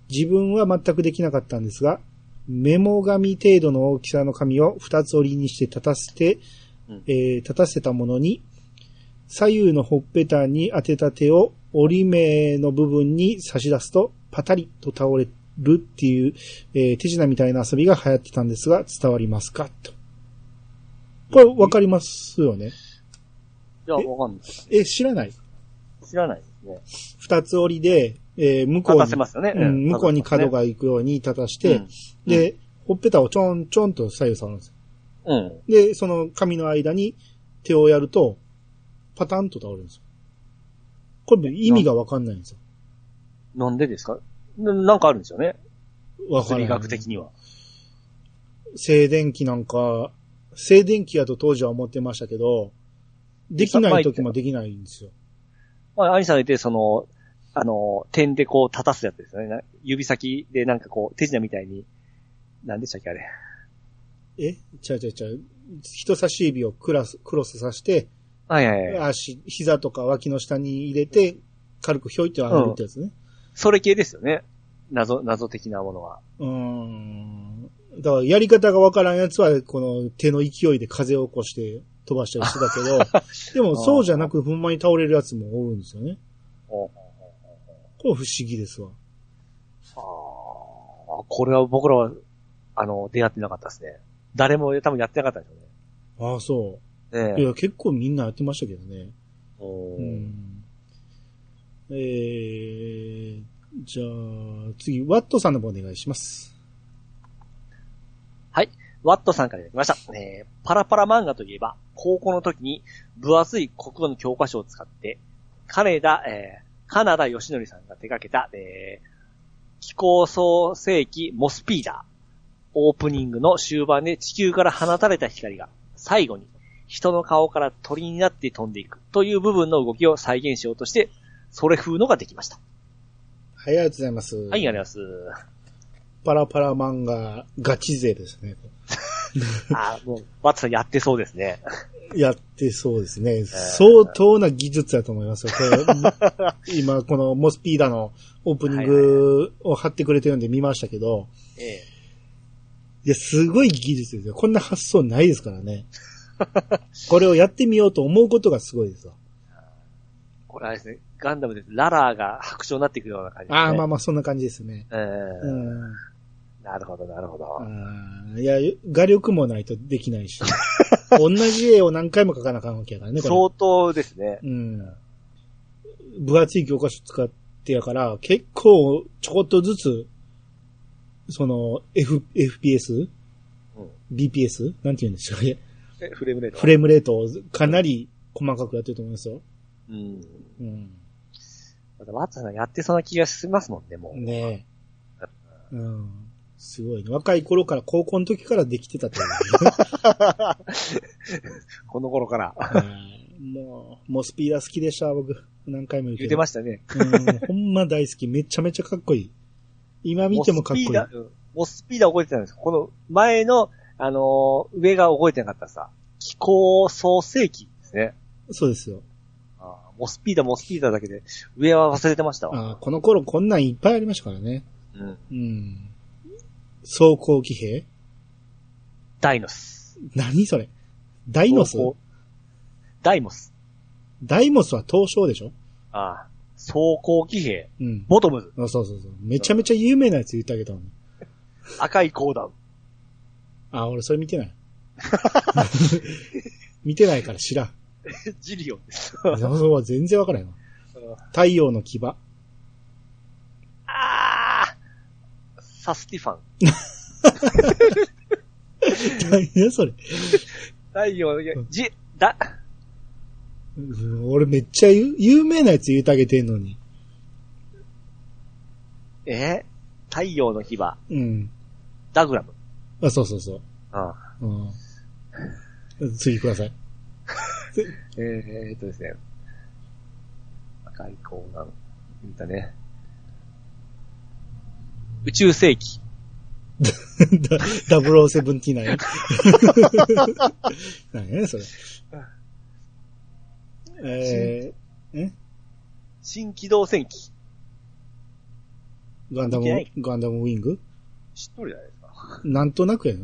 自分は全くできなかったんですが、メモ紙程度の大きさの紙を二つ折りにして立たせて、
うん
えー立たせたものに、左右のほっぺたに当てた手を折り目の部分に差し出すと、パタリと倒れるっていう、えー手品みたいな遊びが流行ってたんですが、伝わりますかと。これわかりますよね
いや、わかんない。
え、知らない
知らないですね。
二つ折りで、えー向こう
立
に、
たせますよね。
うん、向こうに角
立
が行くように立たしてて、
ますね。
で、ほっぺたをちょんちょんと左右触るんです。
うん。うん。
で、その紙の間に手をやると、パタンと倒れるんですよ。これ意味がわかんないんですよ。
なんでですかななんかあるんですよね。
わから
物
な
理
い。
学的には。
静電気なんか、静電気やと当時は思ってましたけど、できない時もできないんですよ。
まあ、アニさんが言って、その、あの、点でこう立たすやつですよね。な指先でなんかこう、手品みたいに、なんでしたっけあれ。
えちゃうちゃうちゃう。人差し指をクラス、クロスさして、
はいはいはい。
足、膝とか脇の下に入れて、軽くひょいって上げるってやつね。
それ系ですよね。謎、謎的なものは。
うーん。だから、やり方がわからんやつは、この手の勢いで風を起こして飛ばしたりしてたけ *laughs* ど、でもそうじゃなく、ほんまに倒れるやつもおるんですよね。
おう
これ不思議ですわ。
あーこれは僕らは、あの、出会ってなかったですね。誰も多分やってなかったんでし
ああ、そ
ょうね。
う。い
ねえ。
や、結構みんなやってましたけどね。
お
う
ー
ん。えー、じゃあ、次、ワットさんの方お願いします。
ワットさんからいただきました。えーパラパラ漫画といえば、高校の時に分厚い国語の教科書を使って、金田、えー、カナダ義則さんが手掛けた、えー、気候創世紀モスピーダー。オープニングの終盤で地球から放たれた光が、最後に人の顔から鳥になって飛んでいくという部分の動きを再現しようとして、それ風のができました。
はい、ありがとうございます。は
はい、あり
がと
がとうございます。
うパラパラ漫画、ガチ勢ですね。
あーもう、ワットさんやってそうですね。
やってそうですね。相当な技術だと思いますよ。こ
*laughs*
れ今、このモスピーダのオープニングを貼ってくれてるんで見ましたけど、
ええ
いや、すごい技術ですよ。こんな発想ないですから
*laughs*
ね。これをやってみようと思うことがすごいですわ。
これあれですね、ガンダムでララーが白鳥になっていくような感じです、ね。
ああ、まあまあ、そんな感じですね。
えー
うん。
なるほど、なるほど。
あーいや、画力もないとできない
*laughs*
し。同じ絵を何回も描かなあかんわけやからね、これ。
相当ですね。
うん。分厚い教科書使ってやから、結構ちょこっとずつ、その、F、FPS?
うん
BPS? なんて言うんでしょうね。
えフレームレート。
フレームレートをかなり細かくやってると思いますよ。
うん。
うん。
また、ワッツさんがやってそうな気がしますもんね、もう。
ねえ。うん。すごいね。若い頃から、高校の時からできてたと思う、ね
この頃から。
はい。 *laughs* もう、もうスピーダー好きでした、僕。何回も言うけ
言っ
ど。
てましたね。
うん、ほんま大好き。めちゃめちゃかっこいい。今見てもかっこいい。
モスピーダーうんモスピーダー覚えてたんですこの前の、あのー上が覚えてなかったさ、気候創世記ですね。
そうですよ。
あーモスピーダー、モスピーダーだけで、上は忘れてましたわ。
あーこの頃こんなんいっぱいありましたからね。
うん。
うん。装甲騎兵
ダイノス。
何それダイノス
装甲ダイモス。
ダイモスは東証でしょ
ああ、装甲騎兵。
うん。
ボトムズ、
あそうそうそう。めちゃめちゃ有名なやつ言ってあげたのに。
赤い高段。
あ、俺それ見てない。 *laughs* 見てないから知らん。
*laughs* ジリオンです。
そうは全然わからへんわ。太陽の牙。あ
ああサスティファン。
何やそれ。
太陽の、いや
うん
じ、だ、
うん俺めっちゃ有有名なやつ言ってあげてんのに。
えー太陽の牙。
うん。
ダグラム。
あ、そうそうそう。
あ
うん。次ください。
えー、っとですね。赤いコーナー。見たね。宇宙世紀。
ダ0079なんや。なんやね、それ。え
新機動戦記。
ー、ガンダム
いけない、
ガンダムウィング
知っとるじゃないですか。
なんとなくやな。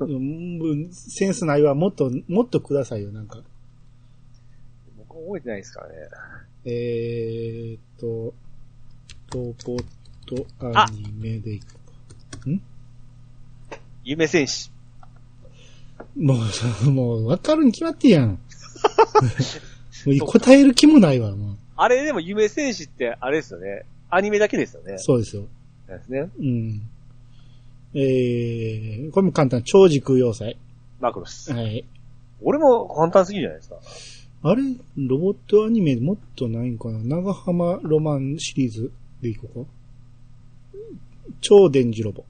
うんセンスないわ。もっと、もっとくださいよ、なんか。
僕覚えてないですからね。
えーっと、ロボットアニメでいくか。
夢戦士。
もう、もう、わかるに決まってんやん。もう答える気もないわ、も
あれでも夢戦士ってあれですよね。アニメだけですよね
う。。そうですよ。
なんですね。
うん。えー、これも簡単。超時空要塞。
マクロス。
はい。
俺も簡単すぎるじゃないですか。
あれ、ロボットアニメもっとないんかな長浜ロマンシリーズでいこうか。超電磁ロボ。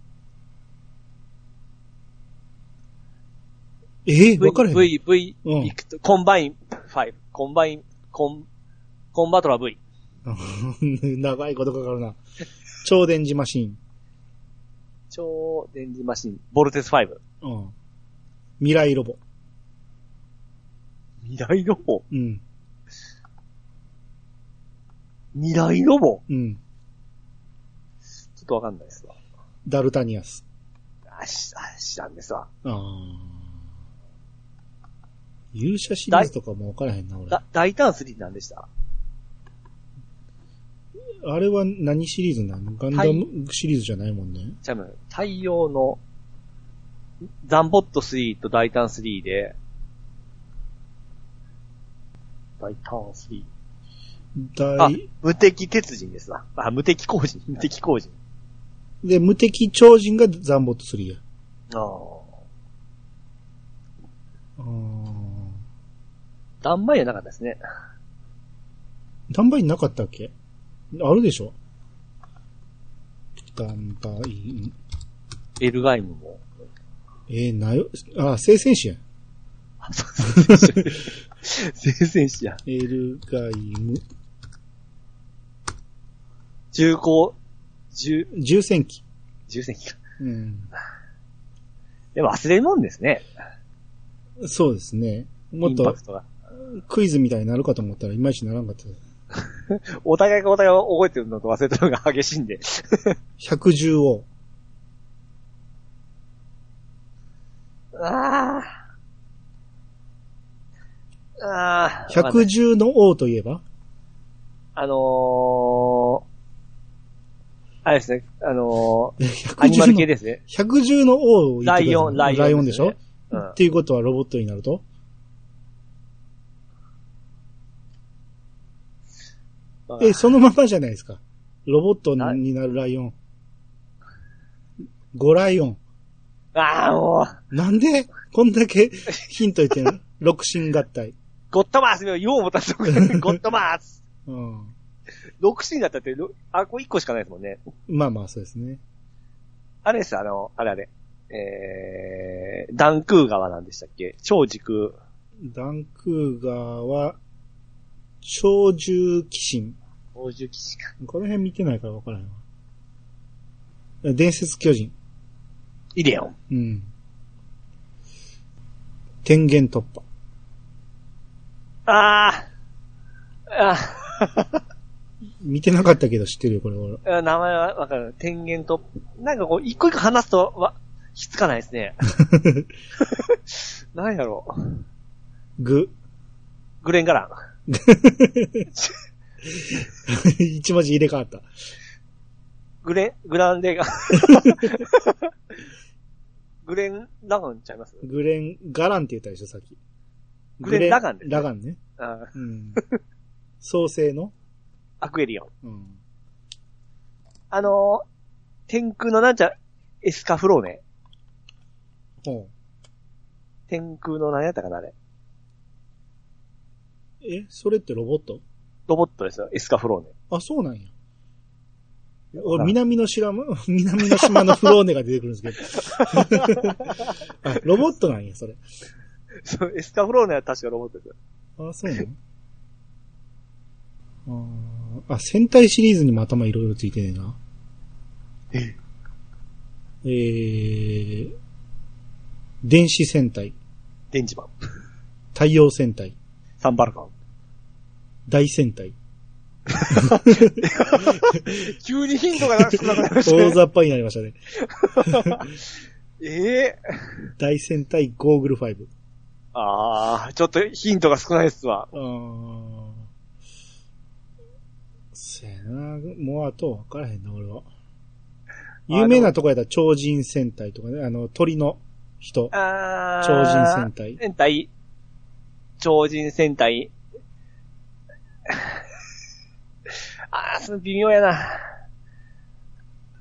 えー、分かれへん。
V、V、
うん
ビクトコンバイン5。コンバイン、コン、コンバトラ V。
*laughs* 長いことかかるな。超電磁マシン。
超電磁マシン。ボルテス5。
うん。未来ロボ。
未来ロボ
うん。
未来ロボ
うん。
ちょっとわかんないですわ。
ダルタニアス。
あ、し、あ、知らんですわ。
あー勇者シリーズとかも分からへんな、俺。
だ、大胆3なんでした
あれは何シリーズなのガンダムシリーズじゃないもんね。
ちゃむ、太陽の、ザンボット3と大胆3で、大胆3。あ
大、
無敵鉄人ですな。あ、無敵工人、無敵工人。
で、無敵超人がザンボット3や。
ああ。
あ
ダンマイじゃなかったですね。
ダンバインなかったっけあるでしょダンバイン。
エルガイム *laughs* も。
えー、なよ、あ、聖戦士や。
あそうそうそう聖戦士や。
エルガイム。
重工、重、
重戦機。
重戦機か。
うん。
でも忘れもんですね。
そうですね。もっ
イン
と
パクトが。
クイズみたいになるかと思ったらいまいちならんかった。
お互いがお互いを覚えてるのと忘れてるのが激しいんで。
110王。
ああ。ああ。わかんない
110の王といえば
あのー、あれですね、あのー、アニマル系
110の、
ですね。
110の王を言ってください
ライオンライオンですね
ライオンでしょ、
うん
っていうことはロボットになると
わかんな
え、
い
そのままじゃないですか。ロボットになるライオン。5ライオン。
ああ、もう、
なんで、こんだけヒント言ってん
*laughs*
の六神合体。
ゴッドマースよ、よう思ったとこ
*laughs*
でゴッドマース
うん。
!6 シーンだったって、ろあ、これ1個しかないですもんね。
まあまあ、そうですね。
あれです、あの、あれあれ。えー、ダンクー川なんでしたっけ超軸。
ダンクーガーは、超獣騎神。
超軸しか。
この辺見てないから分からへんわ。伝説巨人。
イデオン。
うん。天元突破。
ああ。あ
見てなかったけど知ってるよ、これ俺。
あ。名前はわかる。天元と、なんかこう、一個一個話すと、わ、ひっつかないです *laughs* ね。なんやろう。
ぐ。
グレンガラン。
*laughs* 一文字入れ替わった。
グレン、グランデ *laughs* ガ。グレンラガンちゃいます
グレン、ガランって言ったでしょ、さっき。
グレンラガンですね
ラガンね。
あ
うん。創世の
アクエリオン。
うん。
あのー、天空のなんちゃ、エスカフローネ。
ほ
天空の何やったかなあれ。
う。え、それってロボット
ロボットですよ、エスカフローネ。
あ、そうなんや。お南の島、 *laughs* 南の島のフローネが出てくるんですけど。 *laughs* あ、ロボットなんや、それ。
*laughs* そうエスカフローネは確かロボットですよ。
あ、そうなのあーあ、戦隊シリーズにも頭いろいろついてねえな。えー、電子戦隊、
電磁版。
太陽戦隊、
サンバルカン。
大戦隊、
急にヒントが少なくなりました
大
ね。
雑把になりましたね。
ええ
大戦隊ゴーグル5。
ああ、ちょっとヒントが少ないっすわ。
あーせやな、もうあと分からへんな、俺は。有名なとこやったら超人戦隊とかね、あの、鳥の人、
ああ。
超人戦隊。
戦隊。超人戦隊。 *laughs* ああ、その微妙やな。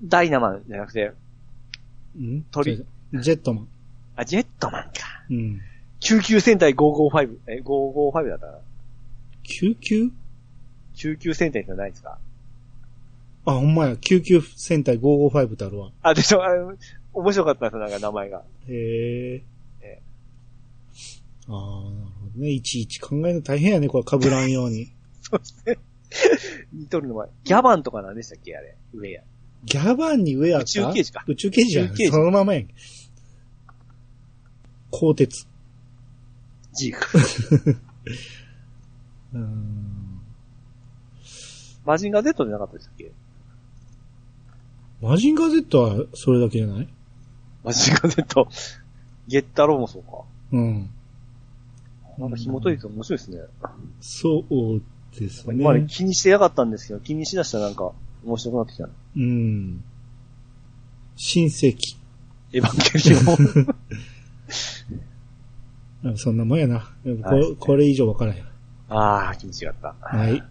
ダイナマンじゃなくて、
ん
鳥。
ジェットマン。
あ、ジェットマンか。
うん。
救急戦隊555、え、555だったかな。
救急
救急戦隊ってないですか
あ、ほんまや、救急戦隊555ってあるわ。
あ、でしょ、あの面白かったんですよ、なんか名前が。
へえ。
え
ああ、なるほどね。いちいち考えるの大変やね、これ、被らんように。
そうですね。似とるのは、ギャバンとか何でしたっけあれ、上や。
ギャバンに上あった
宇宙刑事か
宇宙刑事や
宇
ん。
宙刑事
そのままやん。鋼鉄。
ジーク。
うーん。
マジンガー Z じゃなかったでしたっけ
マジンガー Z はそれだけじゃない
マジンガー Z。ゲッタローもそうか。
うん。
なんか紐解いてて面白いですね。
そうです
今まで
ね。
気にしてなかったんですけど、気にしだしたらなんか面白くなってきたな。
うん。親戚。
エヴァンゲリオ
*laughs*
ン。
あそんなもんやな。
はい
ここれ以上わからへん。
ああ、気にしがった。
はい。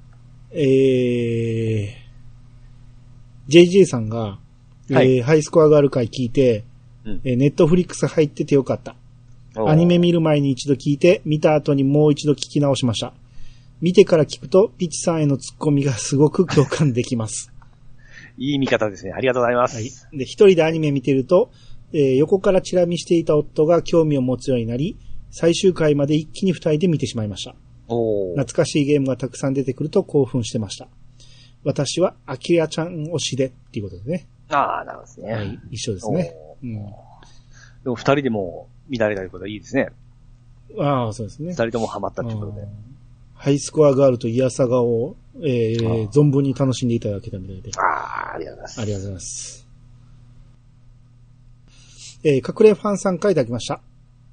えー、JJ さんが、えー
はい
ハイスコアがある回聞いて、
うん
えーネットフリックス入っててよかった。
おー
アニメ見る前に一度聞いて、見た後にもう一度聞き直しました。見てから聞くと、ピチさんへのツッコミがすごく共感でき
*laughs*
ます。
いい見方ですね。ありがとうございます。
はい。で、一人でアニメ見てると、えー横からチラ見していた夫が興味を持つようになり、最終回まで一気に二人で見てしまいました。
おお。
懐かしいゲームがたくさん出てくると興奮してました。私は、アキラちゃん推しで、っていうことでね。
ああ、なるほどですね。
はい。一緒ですね。
おー
うん。
でも二人でも見られたということはいいですね。
ああ、そうですね
二。人ともハマったということで
あー。ハイスコアガールとイヤサガを、えー
あー
存分に楽しんでいただけたみたいで。
ああ、ありがとうございます。
ありがとうございます。えー隠れファンさんからいただきました。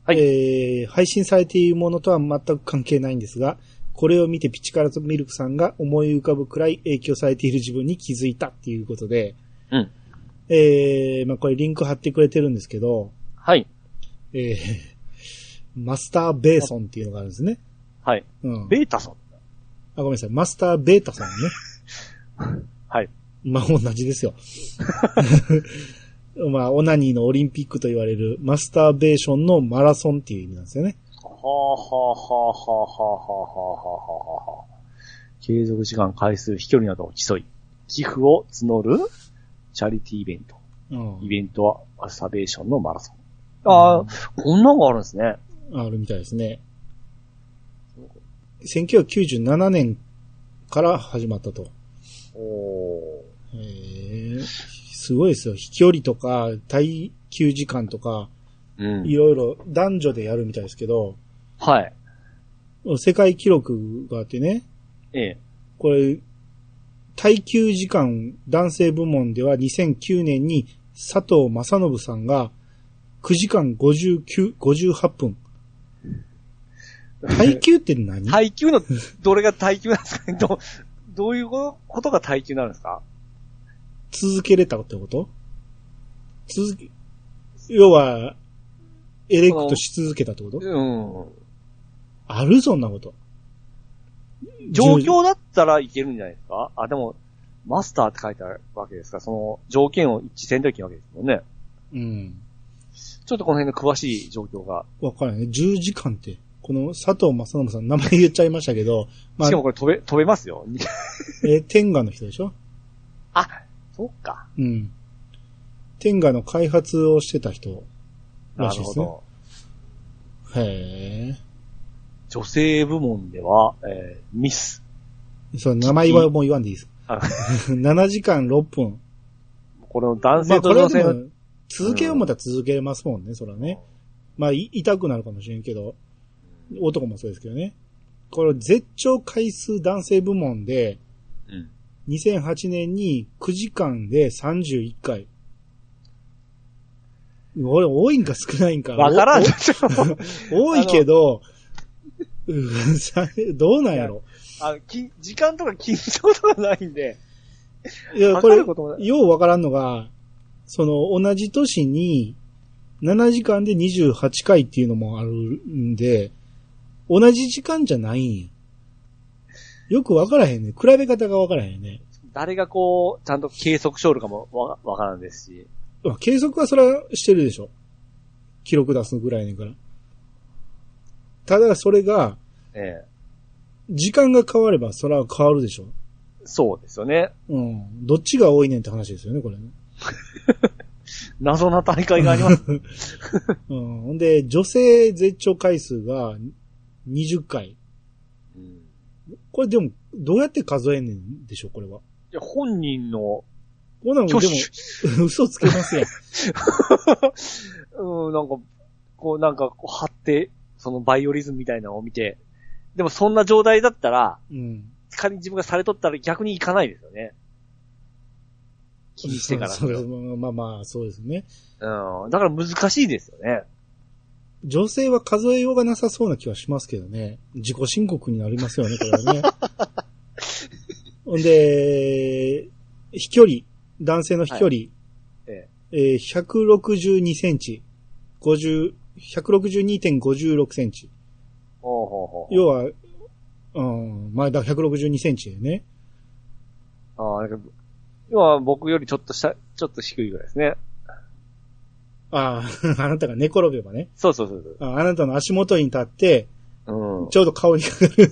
はい
えー配信されているものとは全く関係ないんですが、これを見てピチカラとミルクさんが思い浮かぶくらい影響されている自分に気づいたっていうことで、
うん
えーまあこれリンク貼ってくれてるんですけど、
はい。
えーマスターベーソンっていうのがあるんですね。
はい。
うん。
ベータソン。
あ、ごめんなさい。マスターベータさんね。
はい。
まあ、同じですよ。 *laughs* まあ、オナニーのオリンピックと言われるマスターベーションのマラソンっていう意味なんですよね。
はあはあはあはあはあはあはあはあはあ。継続時間、回数、飛距離などを競い、寄付を募るチャリティーイベント。
うん
イベントはサベーションのマラソン。ああ、こんなのがあるんですね。
あるみたいですね。1997年から始まったと。
おお
へーすごいですよ。飛距離とか、耐久時間とか、
ー。う
い
ん。
ろいろ男女でやるみたいですけど、
はい。
世界記録があってね、
ええ。
これ、耐久時間男性部門では2009年に佐藤正信さんが9時間59、58分。耐久って何
耐 *laughs* 久の、どれが耐久なんですかねどう、どういうことが耐久なんですか
続けれたってこと続け、要は、エレクトし続けたってこと
うん。
あるそんなこと。
状況だったらいけるんじゃないですかあ、でも、マスターって書いてあるわけですから、その条件を一致せんといけないわけですもんね。
うん。
ちょっとこの辺の詳しい状況が。
わからない。10時間って、この佐藤正信さん、名前言っちゃいましたけど、まあ
しか、もこれ飛べ、飛べますよ。
えー天下の人でしょ
*laughs* あ、そっか。
うん。天下の開発をしてた人ら
なる
しいで
ほ
すね。
ど。
へ
女性部門では、えーミス。
え。その名前はもう言わんでいいです。 *laughs*
あ
7時間6分。
この男
ま
性
あ
と
これ
女
は
性
で
の、
も、続けようもたら続けれますもんね、それはね。まあ、い痛くなるかもしれんけど、男もそうですけどね。これ、絶頂回数男性部門で、
うん。
2008年に9時間で31回。俺、多いんか少ないんか。
わからん。
お
で
お
し
*laughs*
ょ
多いけど、うんさどうなんやろ。
*laughs* あき時間とか緊張とかないんで。
いや、こ
測
れ
る、こともない
ようわからんのが、その、同じ年に、7時間で28回っていうのもあるんで、同じ時間じゃないんやよくわからへんね。比べ方がわからへんね。
誰がこう、ちゃんと計測しょるかもわわからんですし。
まあ計測はそれはしてるでしょ。記録出すぐらいねんから。ただそれが、
ええ
時間が変わればそれは変わるでしょ。
そうですよね。
うん。どっちが多いねんって話ですよね、これね。
謎な大会があり
*laughs*
ます。
うん。ほんで、女性絶頂回数が20回。
うん
これでも、どうやって数えんねんでしょう、これは。
いや、本人の、
こんなので
挙手
も、 *laughs* 嘘つけます
*laughs*
やん。
うん、なんか、こう、なんか、こう、張って、そのバイオリズムみたいなのを見て、でもそんな状態だったら、
うん。
仮に自分がされとったら逆に行かないですよね。気にしてから。
*laughs* そうそうそうまあまあ、そうですね。
うん。だから難しいですよね。
女性は数えようがなさそうな気はしますけどね。自己申告になりますよね、これ
*laughs*
はね。ほんで、飛距離、男性の飛距離、
え
えー162センチ、50、162.56センチ。
ほうほうほう。
要は、うん、まあ、だから162センチでね。
ああ、なんか、要は僕よりちょっとした、ちょっと低いぐらいですね。
あ *laughs* あ、あなたが寝転べばね。
そうそうそう
ああなたの足元に立って、
そう。うん。
ちょうど顔にかかる。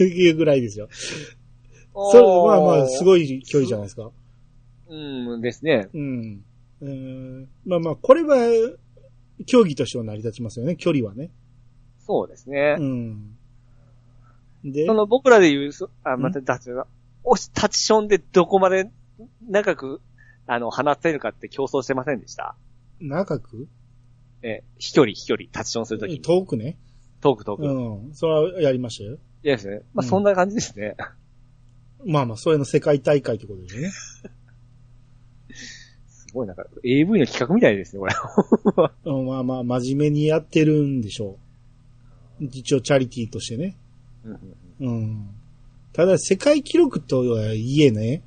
いうぐらいですよ。それ、まあまあ、す
い。
ごい距離じゃないですか。
うん、ですね。
うん。うーんまあまあ、これは、競技としては成り立ちますよね、距離はね。
そうですね
う。ん。で
そ、の僕らで言う、そあ、
ん
また脱線だ、おし、タッチションでどこまで長く、あの、放ってるかって競争してませんでした
長く
え、飛距離、飛距離、タッチションするときに。
遠くね。
トーク、トーク。
う
い
ん。それはやりましたよ。
やですね。まあ、
うん
そんな感じで
*laughs*
すね。
まあまあ、それの世界大会ってことですよね。
すごい、なんか、AV の企画みたいですね、これ。
うん、まあまあ、真面目にやってるんでしょう。一応、チャリティーとしてね。
うんうん
うん。ただ、世界記録とはいえね、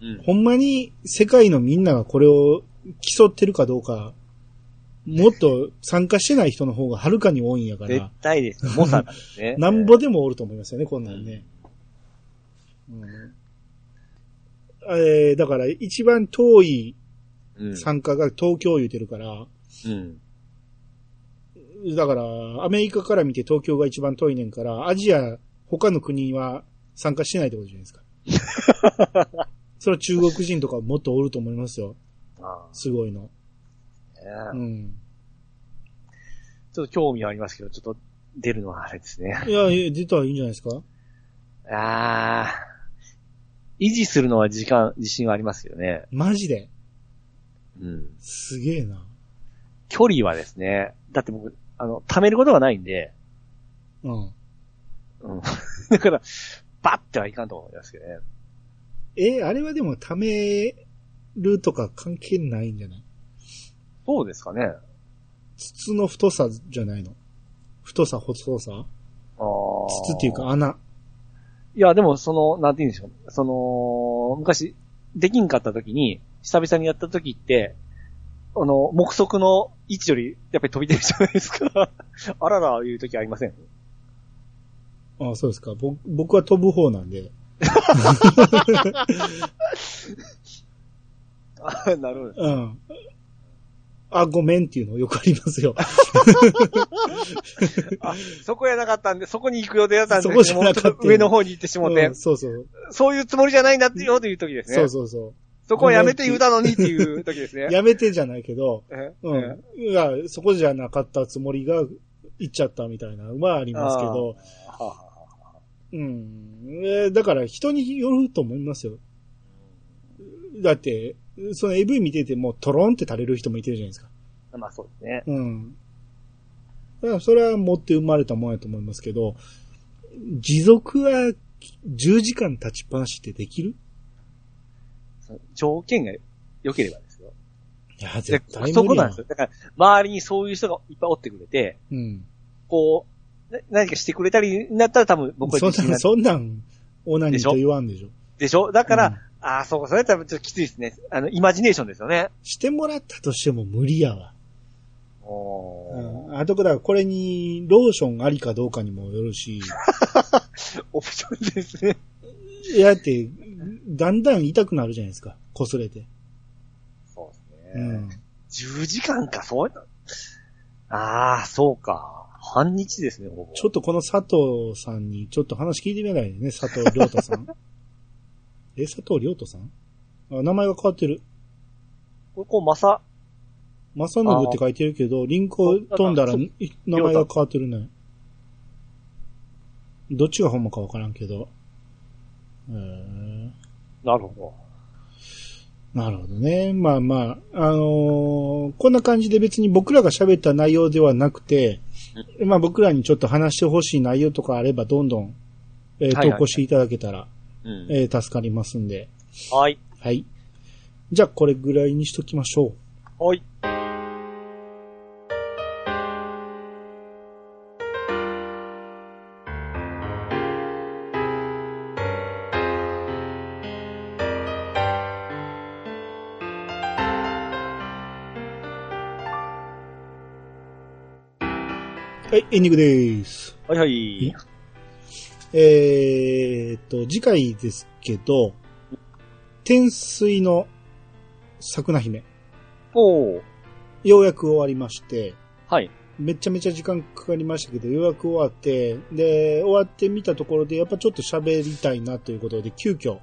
うん。
ほんまに世界のみんながこれを競ってるかどうか、もっと参加してない人の方がはるかに多いんやか
絶
ら、。
対です。モサなんですね
*laughs* なんぼでもおると思いますよね、こんなんね。うんえー、だから一番遠い
うん。
参加が東京言うてるから、
うん。
だからアメリカから見て東京が一番遠いねんから、アジア、他の国は参加してないってことじゃないですか。それは中国人とかもっとおると思いますよ。
あ
すごいの。
あ
う
ね
ん。
ちょっと興味はありますけど、ちょっと出るのはあれですね。
いや、いや出たらいいんじゃないですか
ああ。維持するのは時間、自信はありますけどね。
マジで。
うん。
すげえな。
距離はですね、だって僕、あの、貯めることがないんで、 *laughs*
うん。
うん。だから、バッてはいかんと思いますけどね。
え、あれはでも貯めるとか関係ないんじゃない
そうですかね。あ
筒の太さじゃないの太さ、細さ
あ。
筒っていうか。穴。
いや、でも、その、なんて言うんでしょう。その、昔、できんかった時に、久々にやった時って、あの、目測の位置より、やっぱり飛び出るじゃないですか。 *laughs* あらら、いう時ありません。
あそうですか。ぼ僕は飛ぶ方なんで。
あなるほど。
うん。あ、ごめんっていうのよくありますよ。
あ、そこやなかったんで、そこに行く予定だったんで、
そこじゃなかった
もうちょっと上の方に行ってしもうて、
うんそうそう。
そういうつもりじゃないなっていうこと言う時ですね。
そうそうそ
そこをやめて言うたのにっていう時です
う。
ね。
やめてじゃ *laughs* ないけど、
え
う
え
ん。いや、そこじゃなかったつもりが、行っちゃったみたいな、まあありますけど、
はあはあ
うん。えーだから人によると思いますよ。だって、その AV 見ててもトロンって垂れる人もいてるじゃないですか。
まあそうですね。
うん。だからそれは持って生まれたもんやと思いますけど、持続は10時間立ちっぱなしってできる
その条件が良ければですよ。
いや、絶
で
対
そ
無
こ
理
な
や
んですよ。だから、周りにそういう人がいっぱいおってくれて、
うん。
こう、な何かしてくれたりになったら多分僕は
そ
で
ん
きる
なん、そんなん、オナニーと言わんでしょ。
でしょだから、
うん
ああ、そうか、それ多分ちょっときついですね。あの、イマジネーションですよね。
してもらったとしても無理やわ。
お
うん。あと、だからこれに、ローションありかどうかにもよるし、
オプションですね。
いやだって、だんだん痛くなるじゃないですか。擦れて。
そうで
う
すね。
ん。
10時間か、そういうの。ああ、そうか。半日ですね、ほぼ。
ちょっとこの佐藤さんに、ちょっと話聞いてみないでね、佐藤亮太
*laughs*
さん。え、佐藤亮太さんあ名前が変わってる。
ここ、まさ、
正信って書いてるけど、リンクを飛んだら
そう
い名前が変わってるね。どっちが本物かわからんけど。えー
なるほ
なるほどね。まあまあ、あのーこんな感じで別に僕らが喋った内容ではなくて、まあ僕らにちょっと話してほしい内容とかあればどんどん、えー
はいはい
投稿していただけたら、
ど。うん。
えー助かりますんで。
はい。
はい。じゃあこれぐらいにしときましょう。
はい。
はい、エンディングです。
はいはい。
えーっと、次回ですけど、天水の桜姫、
おー。
ようやく終わりまして、
はい。
めちゃめちゃ時間かかりましたけど、ようやく終わって、で、終わってみたところで、やっぱちょっと喋りたいなということで、急遽、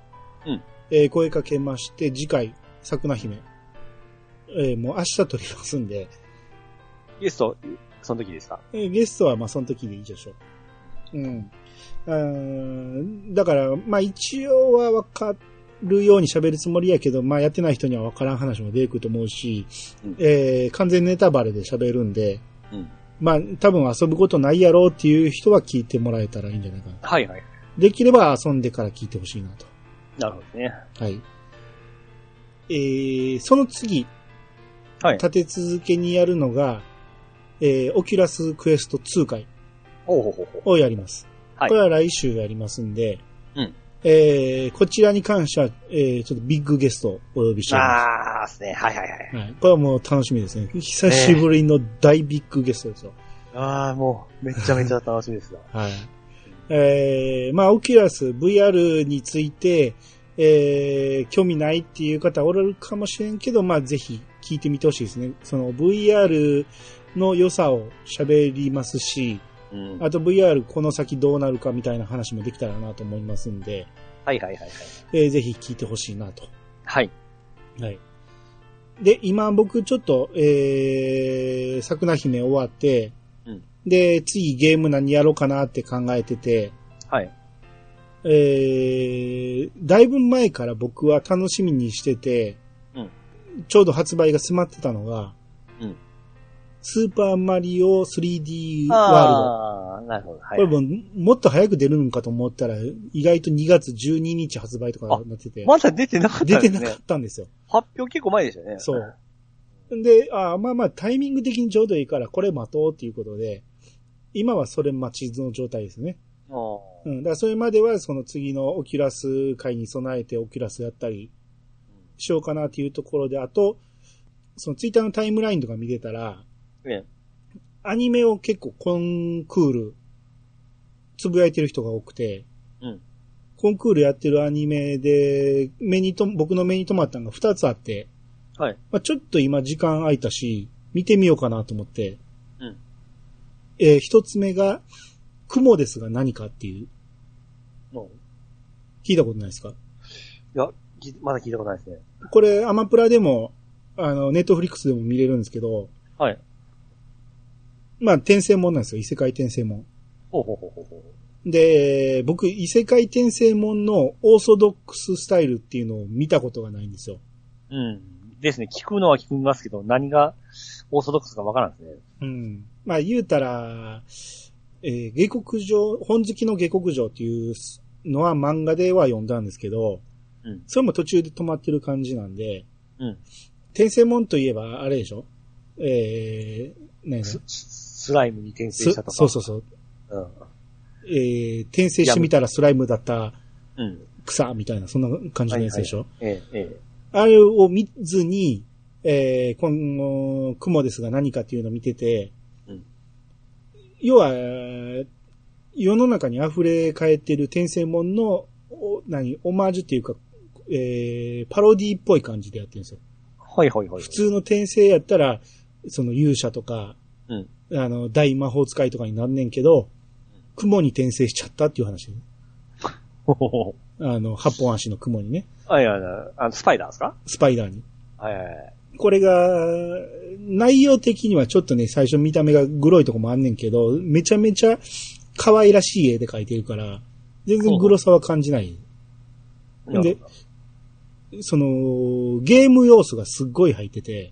うん
えー声かけまして、次回、桜姫、えーもう明日撮りますんで、
ゲスト、その時ですか
えーゲストはまあその時でいいでしょう。うん。あーだから、まあ一応はわかるように喋るつもりやけど、まあやってない人にはわからん話も出てくると思うし、
うん
えー完全ネタバレで喋るんで、
うん。
まあ多分遊ぶことないやろうっていう人は聞いてもらえたらいいんじゃないかな。
はいはい。
できれば遊んでから聞いてほしいなと。
なるほどね。
はい。えー、その次、
はい。
立て続けにやるのが、えー、オキュラスクエスト2回。
おうほうほうほう。
をやります。
はい
これは来週やりますんで、
うん
えーこちらに関しては、えーちょっとビッグゲストをお呼びしておりま
あーですね。はいはいはい
す。。はい、これはもう楽しみですね。久しぶりの大ビッグゲストですよ。
あー、もう、めちゃめちゃ楽しみですよ。
はい。えーまあ、オキュラス VR について、えー興味ないっていう方おられるかもしれんけど、まあ、ぜひ聞いてみてほしいですね。その VR の良さを喋りますし、
うん。は
あと VR この先どうなるかみたいな話もできたらなと思いますんで、
いはいはいはい。
えーぜひ聞いてほしいなと。
はい。
はい。で、今僕ちょっと、えー、桜姫終わって、
うん
で、次ゲーム何やろうかなって考えてて、
はい。
えー、だいぶ前から僕は楽しみにしてて、
うん
ちょうど発売が迫ってたのが、
うん
スーパーマリオ 3D ワールド。
あー、なるほど。は
これ
い。
も、もっと早く出るのかと思ったら、意外と2月12日発売とかなってて、
まだ出てなかった
出
です
て
ね。
なかったんですよ。
発表結構前でしたよね。
そう。で、あーまあまあ、タイミング的にちょうどいいから、これ待とうっていうことで、今はそれ待ちの状態ですね。
う。
うんん。だからそれまでは、その次のオキュラス会に備えて、オキュラスやったりしようかなっていうところで、あと、そのツイッターのタイムラインとか見てたら、
ね。
アニメを結構コンクール、つぶやいてる人が多くて、
うん
コンクールやってるアニメで、目にと、僕の目に留まったのが2つあって、
はい。
まあ、ちょっと今時間空いたし、見てみようかなと思って。
うん
えー一つ目が、雲ですが何かっていう、
も
聞いたことないですか
う、いや、きまだ聞いたことないですね。
これ、アマプラでも、あの、ネットフリックスでも見れるんですけど、
はい。
まあ、転生もんなんですよ。異世界転生もん。
ほうほうほうほうほ
で、僕、異世界転生もんのオーソドックススタイルっていうのを見たことがないんですよ。
う。うん。ですね。聞くのは聞くんですけど、何がオーソドックスかわからんですね。
うん。まあ、言うたら、えー下克上、本好きの下克上っていうのは漫画では読んだんですけど、
うん
それも途中で止まってる感じなんで、
うん。
転生もんといえば、あれでしょえー、ね
ススライムに転生
す
したとか。
そうそうそう。
うん。
えー、転生してみたらスライムだった
うん。
草みたいな、そんな感じのやつでしょ、
ええ、ええ。
あれを見ずに、えー、今後、雲ですが何かっていうのを見てて、
うん
要は、えー世の中に溢れ返ってる転生もんの、お何、オマージュっていうか、えー、パロディっぽい感じでやってるんですよ。
はいはいはい。
普。通の転生やったら、その勇者とか、
うん
あの、大魔法使いとかになんねんけど、雲に転生しちゃったっていう話。
ほほほ。
あの、八本足の雲にね、
*laughs* あ、いやいや、あの、スパイダーですか
スパイダーに。
はいはいはい。
これが、内容的にはちょっとね、最初見た目がグロいとこもあんねんけど、めちゃめちゃ可愛らしい絵で描いてるから、全然グロさは感じない。
なる
で
ほど、
その、ゲーム要素がすっごい入ってて、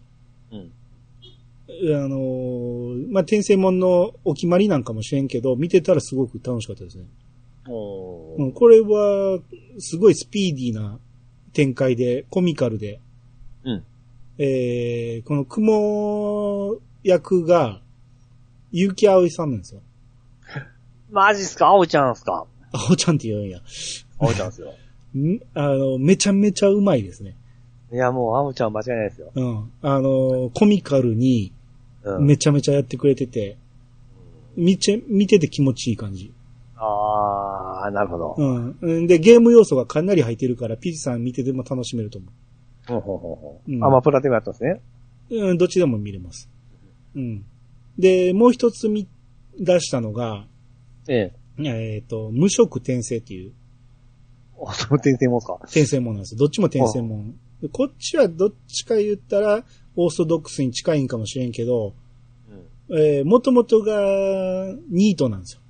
うん。
あのー、まあ、転生門のお決まりなんかもしれんけど、見てたらすごく楽しかったですね。
お
うん、
ー。
これは、すごいスピーディーな展開で、コミカルで、
うん。
えー、この雲役が、結城葵さんなんですよ。
マジっすか青ちゃんっす *laughs* か
青ちゃんって言うんや。
青ちゃんっすよ。
んあの、めちゃめちゃうまいですね。
いや、もう青ちゃん間違いないですよ。
うん。あの、コミカルに
うん。
めちゃめちゃやってくれてて、見ちゃ見てて気持ちいい感じ。
あー、なるほど。
うん。で、ゲーム要素がかなり入ってるから、ピチさん見てても楽しめると思
ほうほうほうほ
う
うんアマプラでもやったんですね。
う。うん、どっちでも見れます。うん。で、もう一つ見出したのが、
ええ。
えっ、と、無職転生っていう
お、その転生もっすか
転生もんなんですよ。どっちも転生もん。でこっちはどっちか言ったら、オーソドックスに近いんかもしれんけど、
うん。
えー、もともとが、ニートなんですよ。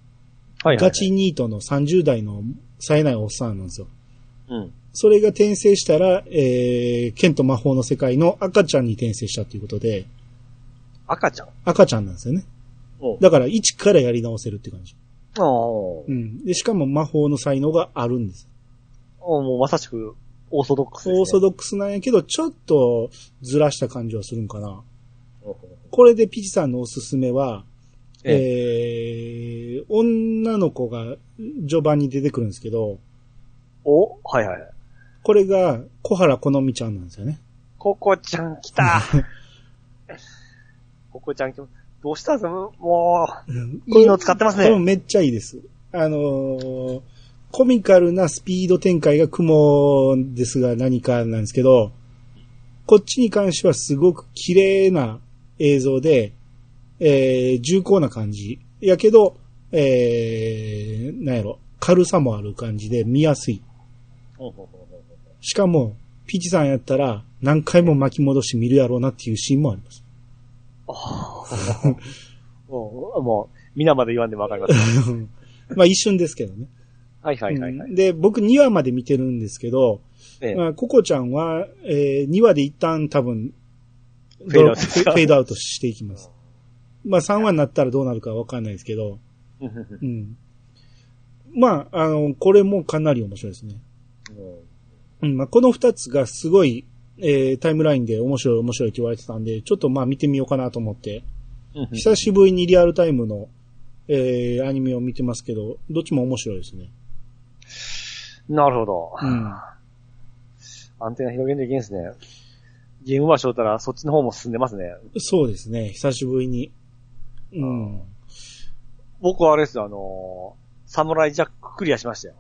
はいはい。
ガチ。ニートの30代の冴えないおっさんなんですよ。
うん。
それが転生したら、えー、剣と魔法の世界の赤ちゃんに転生したということで、
赤ちゃん。
赤ちゃんなんですよね。
おう
だから、一からやり直せるって感じ。
おう
うん。で、しかも魔法の才能があるんです。
おうもうまさしく、オーソドックスですね。
オーソドックスなんやけど、ちょっとずらした感じはするんかな。
ほうほうほう
これでピチさんのおすすめは、
ええ。
えー、女の子が序盤に出てくるんですけど、
おはいはいはい。
これが小原好美ちゃんなんですよね。
ココちゃん来た。ココちゃん来た。どうしたんですかもう、いいの使ってます
これも
ね。
めっちゃいいです。あのーコミカルなスピード展開が雲ですが何かなんですけど、こっちに関してはすごく綺麗な映像で、えー、重厚な感じ。やけど、えー、なんやろ、軽さもある感じで見やすい。
ほうほうほうほう
しかも、ピチさんやったら何回も巻き戻して見るやろうなっていうシーンもあり
*laughs*
ます。
ああ。もう、もう、皆まで言わんでもわかります。
まあ一瞬ですけどね。
はいはいはいはい。
うんで、僕2話まで見てるんですけど、
ええ
まあ、ココちゃんは、えー2話で一旦多分、
フェードアウ
ドフ
ト
ェフェードアウトしていきます。まあ3話になったらどうなるかわかんないですけど、
うんうんうん
うん。まあ、あの、これもかなり面白いですね。うん、まあこの2つがすごい、えータイムラインで面白い面白いって言われてたんで、ちょっとまあ見てみようかなと思って、
うんうん
久しぶりにリアルタイムの、えーアニメを見てますけど、どっちも面白いですね。
なるほど。
うん。
アンテナ広げんといけんですね。ゲーム場所ったらそっちの方も進んでますね。
そうですね、久しぶりに。うん。
僕はあれですよ、あのー、サムライジャッククリアしましたよ。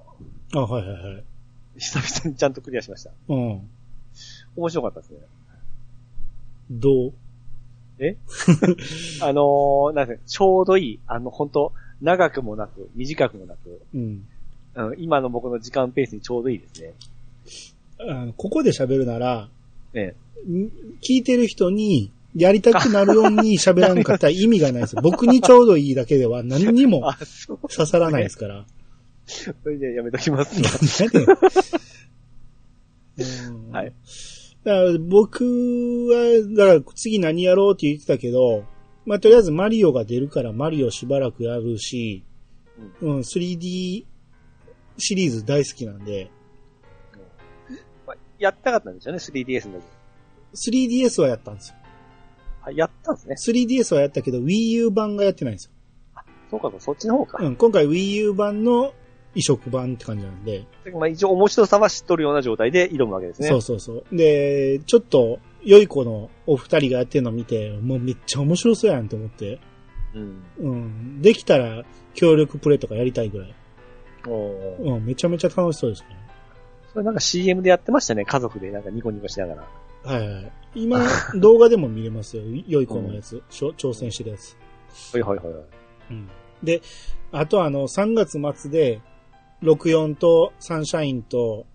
あ、はいはいはい。
久々にちゃんとクリアしました。
うん。
面白かったですね。
どう
あのー、なんていうのちょうどいい、あの、本当長くもなく、短くもなく、
うん。
うん、今の僕の時間ペースにちょうどいいですね。
あのここで喋るなら、
え
ん聞いてる人にやりたくなるように喋らんかったら意味がない *laughs* です。僕にちょうどいいだけでは何に
え。
も
あ、そう。
刺さらないです *laughs* から。
それじゃやめときます。
なんでうん
はい。
だから僕は、だから次何やろうって言ってたけど、まあ、とりあえずマリオが出るからマリオしばらくやるし、うん、3D シリーズ大好きなんで、
まあやったかったんですよね、3DS の時。
3DS はやったんですよ。
あ、やったんですね。
3DS はやったけど Wii U 版がやってないんですよ。
そうか、そっちの方か。
うん、今回 Wii U 版の移植版って感じなんで、
まあ一応面白さは知っとるような状態で挑むわけですね。
そうそうそう。で、ちょっと、良い子のお二人がやってるの見て、もうめっちゃ面白そうやんと思って、
うん。
うん、できたら協力プレイとかやりたいぐらい。
おー
うん、めちゃめちゃ楽しそうですね。
それなんか CM でやってましたね、家族でなんかニコニコしながら。
はいはい。今、 *laughs* 動画でも見れますよ。良い子のやつ、しょ挑戦してるやつ。
ほいほいほいほい。
うん。で、あとあの、3月末で、64とサンシャインと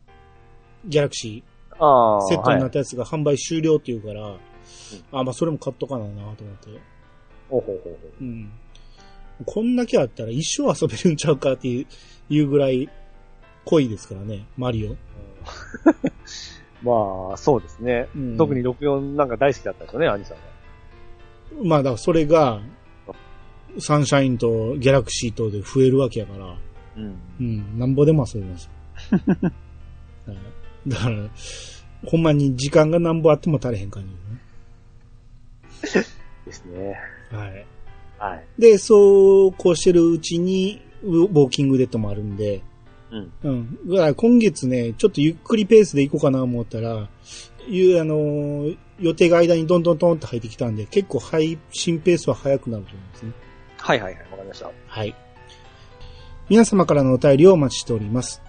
ギャラクシ
ああ。
ーセットにな
は
っ
い、
たやつが販売終了っていうから、あ、まあそれも買っとかななと思って。
ほうほうほうほう。
うん。こんだけあったら一生遊べるんちゃうかっていういうぐらい濃いですからね、マリオ。
まあ、そうですね。
うん
特に64なんか大好きだったんですよね、兄さんは。
まあだからそれが、サンシャインとギャラクシーとで増えるわけやから、
うん。
うん、なんぼでも遊べ *laughs* ます。はいだから、ほんまに時間がなんぼあっても足りへん感じ、
ですね。
ね。はい。
はい。
で、そうこうしてるうちに、ウウォーキングデッドもあるんで、
うん。
うん。だから今月ね、ちょっとゆっくりペースで行こうかな思ったら、いう、あのー予定が間にどんどんどんって入ってきたんで、結構配信ペースは早くなると思うんですね。
はいはいはい、わかりました。
はい。皆様からのお便りをお待ちしております。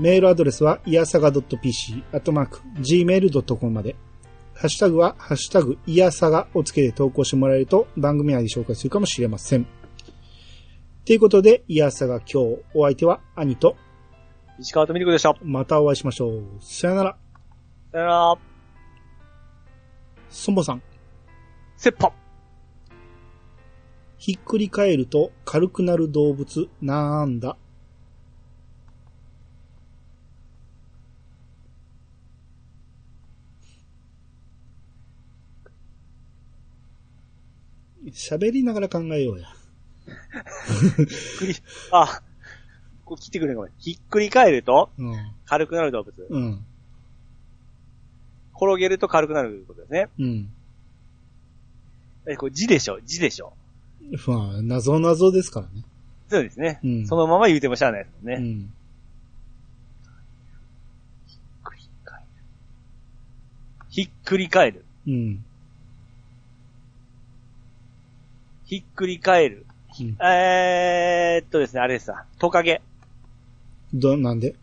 メールアドレスは、いやさが .pc、アットマーク、gmail.com まで。ハッシュタグは、ハッシュタグ、いやさがをつけて投稿してもらえると、番組内で紹介するかもしれません。ということで、いやさが今日、お相手は、兄と、
石川とみりこでした。さ
またお会いしましょう。さよなら、
よなら。
そんぼさん。
セッパ
ひっくり返ると軽くなる動物なんだ喋りながら考えようや。
くり、あ、こう切ってくれんごめん。ひっくり返ると
うん。
軽くなる動物。
うん。
転げると軽くなるということですね。
うん。
え、これ字でしょ字でしょ
まあ、謎謎ですからね。
そうですね。
うん
そのまま言うてもしゃあないですもんね。
う
ひ
ん。
っくり返る。ひっくり返る。
うん。
ひっくり返る。
うん
えーっとですね、あれですわ。トカゲ。
ど、なんで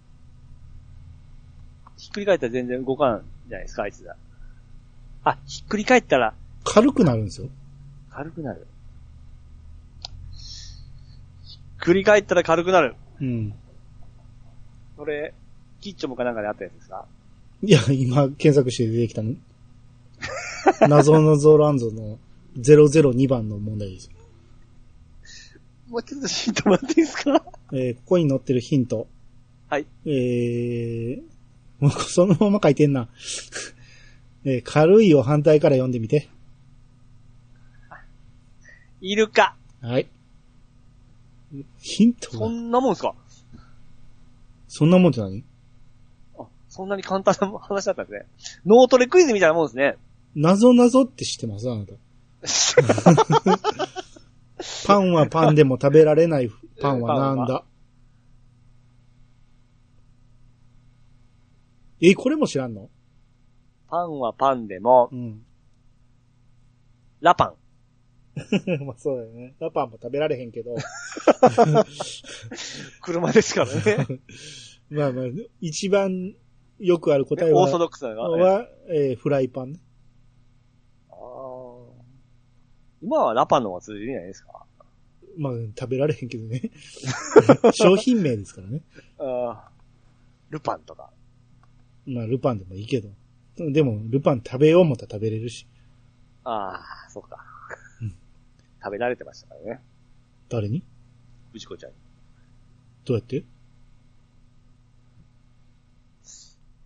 ひっくり返ったら全然動かんじゃないですか、あいつら。あ、ひっくり返ったら
軽くなるんですよ。
軽くなる。ひっくり返ったら軽くなる。
うん。
これ、キッチョムかなんかであったやつですか
いや、今、検索して出てきたの。謎謎ランゾの002番の問題です。
もうちょっとヒントもらっていいですか
えーここに載ってるヒント。
はい。
えー、もうそのまま書いてんな。 *laughs* えー軽いを反対から読んでみて。
イルカ。
はい。ヒント
そ
が
んなもんすか
そんなもんって何
あ、そんなに簡単な話だったんですね。脳トレクイズみたいなもんですね。
謎謎って知ってますあなた。
*laughs*
パンはパンでも食べられないパンはなんだえ、これも知らんの
パンはパンでも、
うん。 *laughs*
ラパン。
まあそうだよね。ラパンも食べられへんけど。
車ですから *laughs* ね。
まあまあ、一番よくある答え
オーソ
は、
ドックスなのがね。
は、えーフライパンね。
あー今はラパンの方が通じるんじゃないですか。
まあ、食べられへんけど
*laughs*
ね。商品名ですからね。
あールパンとか。
まあ、ルパンでもいいけど。でも、ルパン食べよう思ったら食べれるし。
ああ、そうか
うん。
食べられてましたからね。
誰に
藤子ちゃんに。
どうやって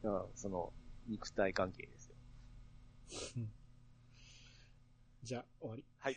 うん、その、肉体関係ですよ。
じゃあ、終わり。
はい。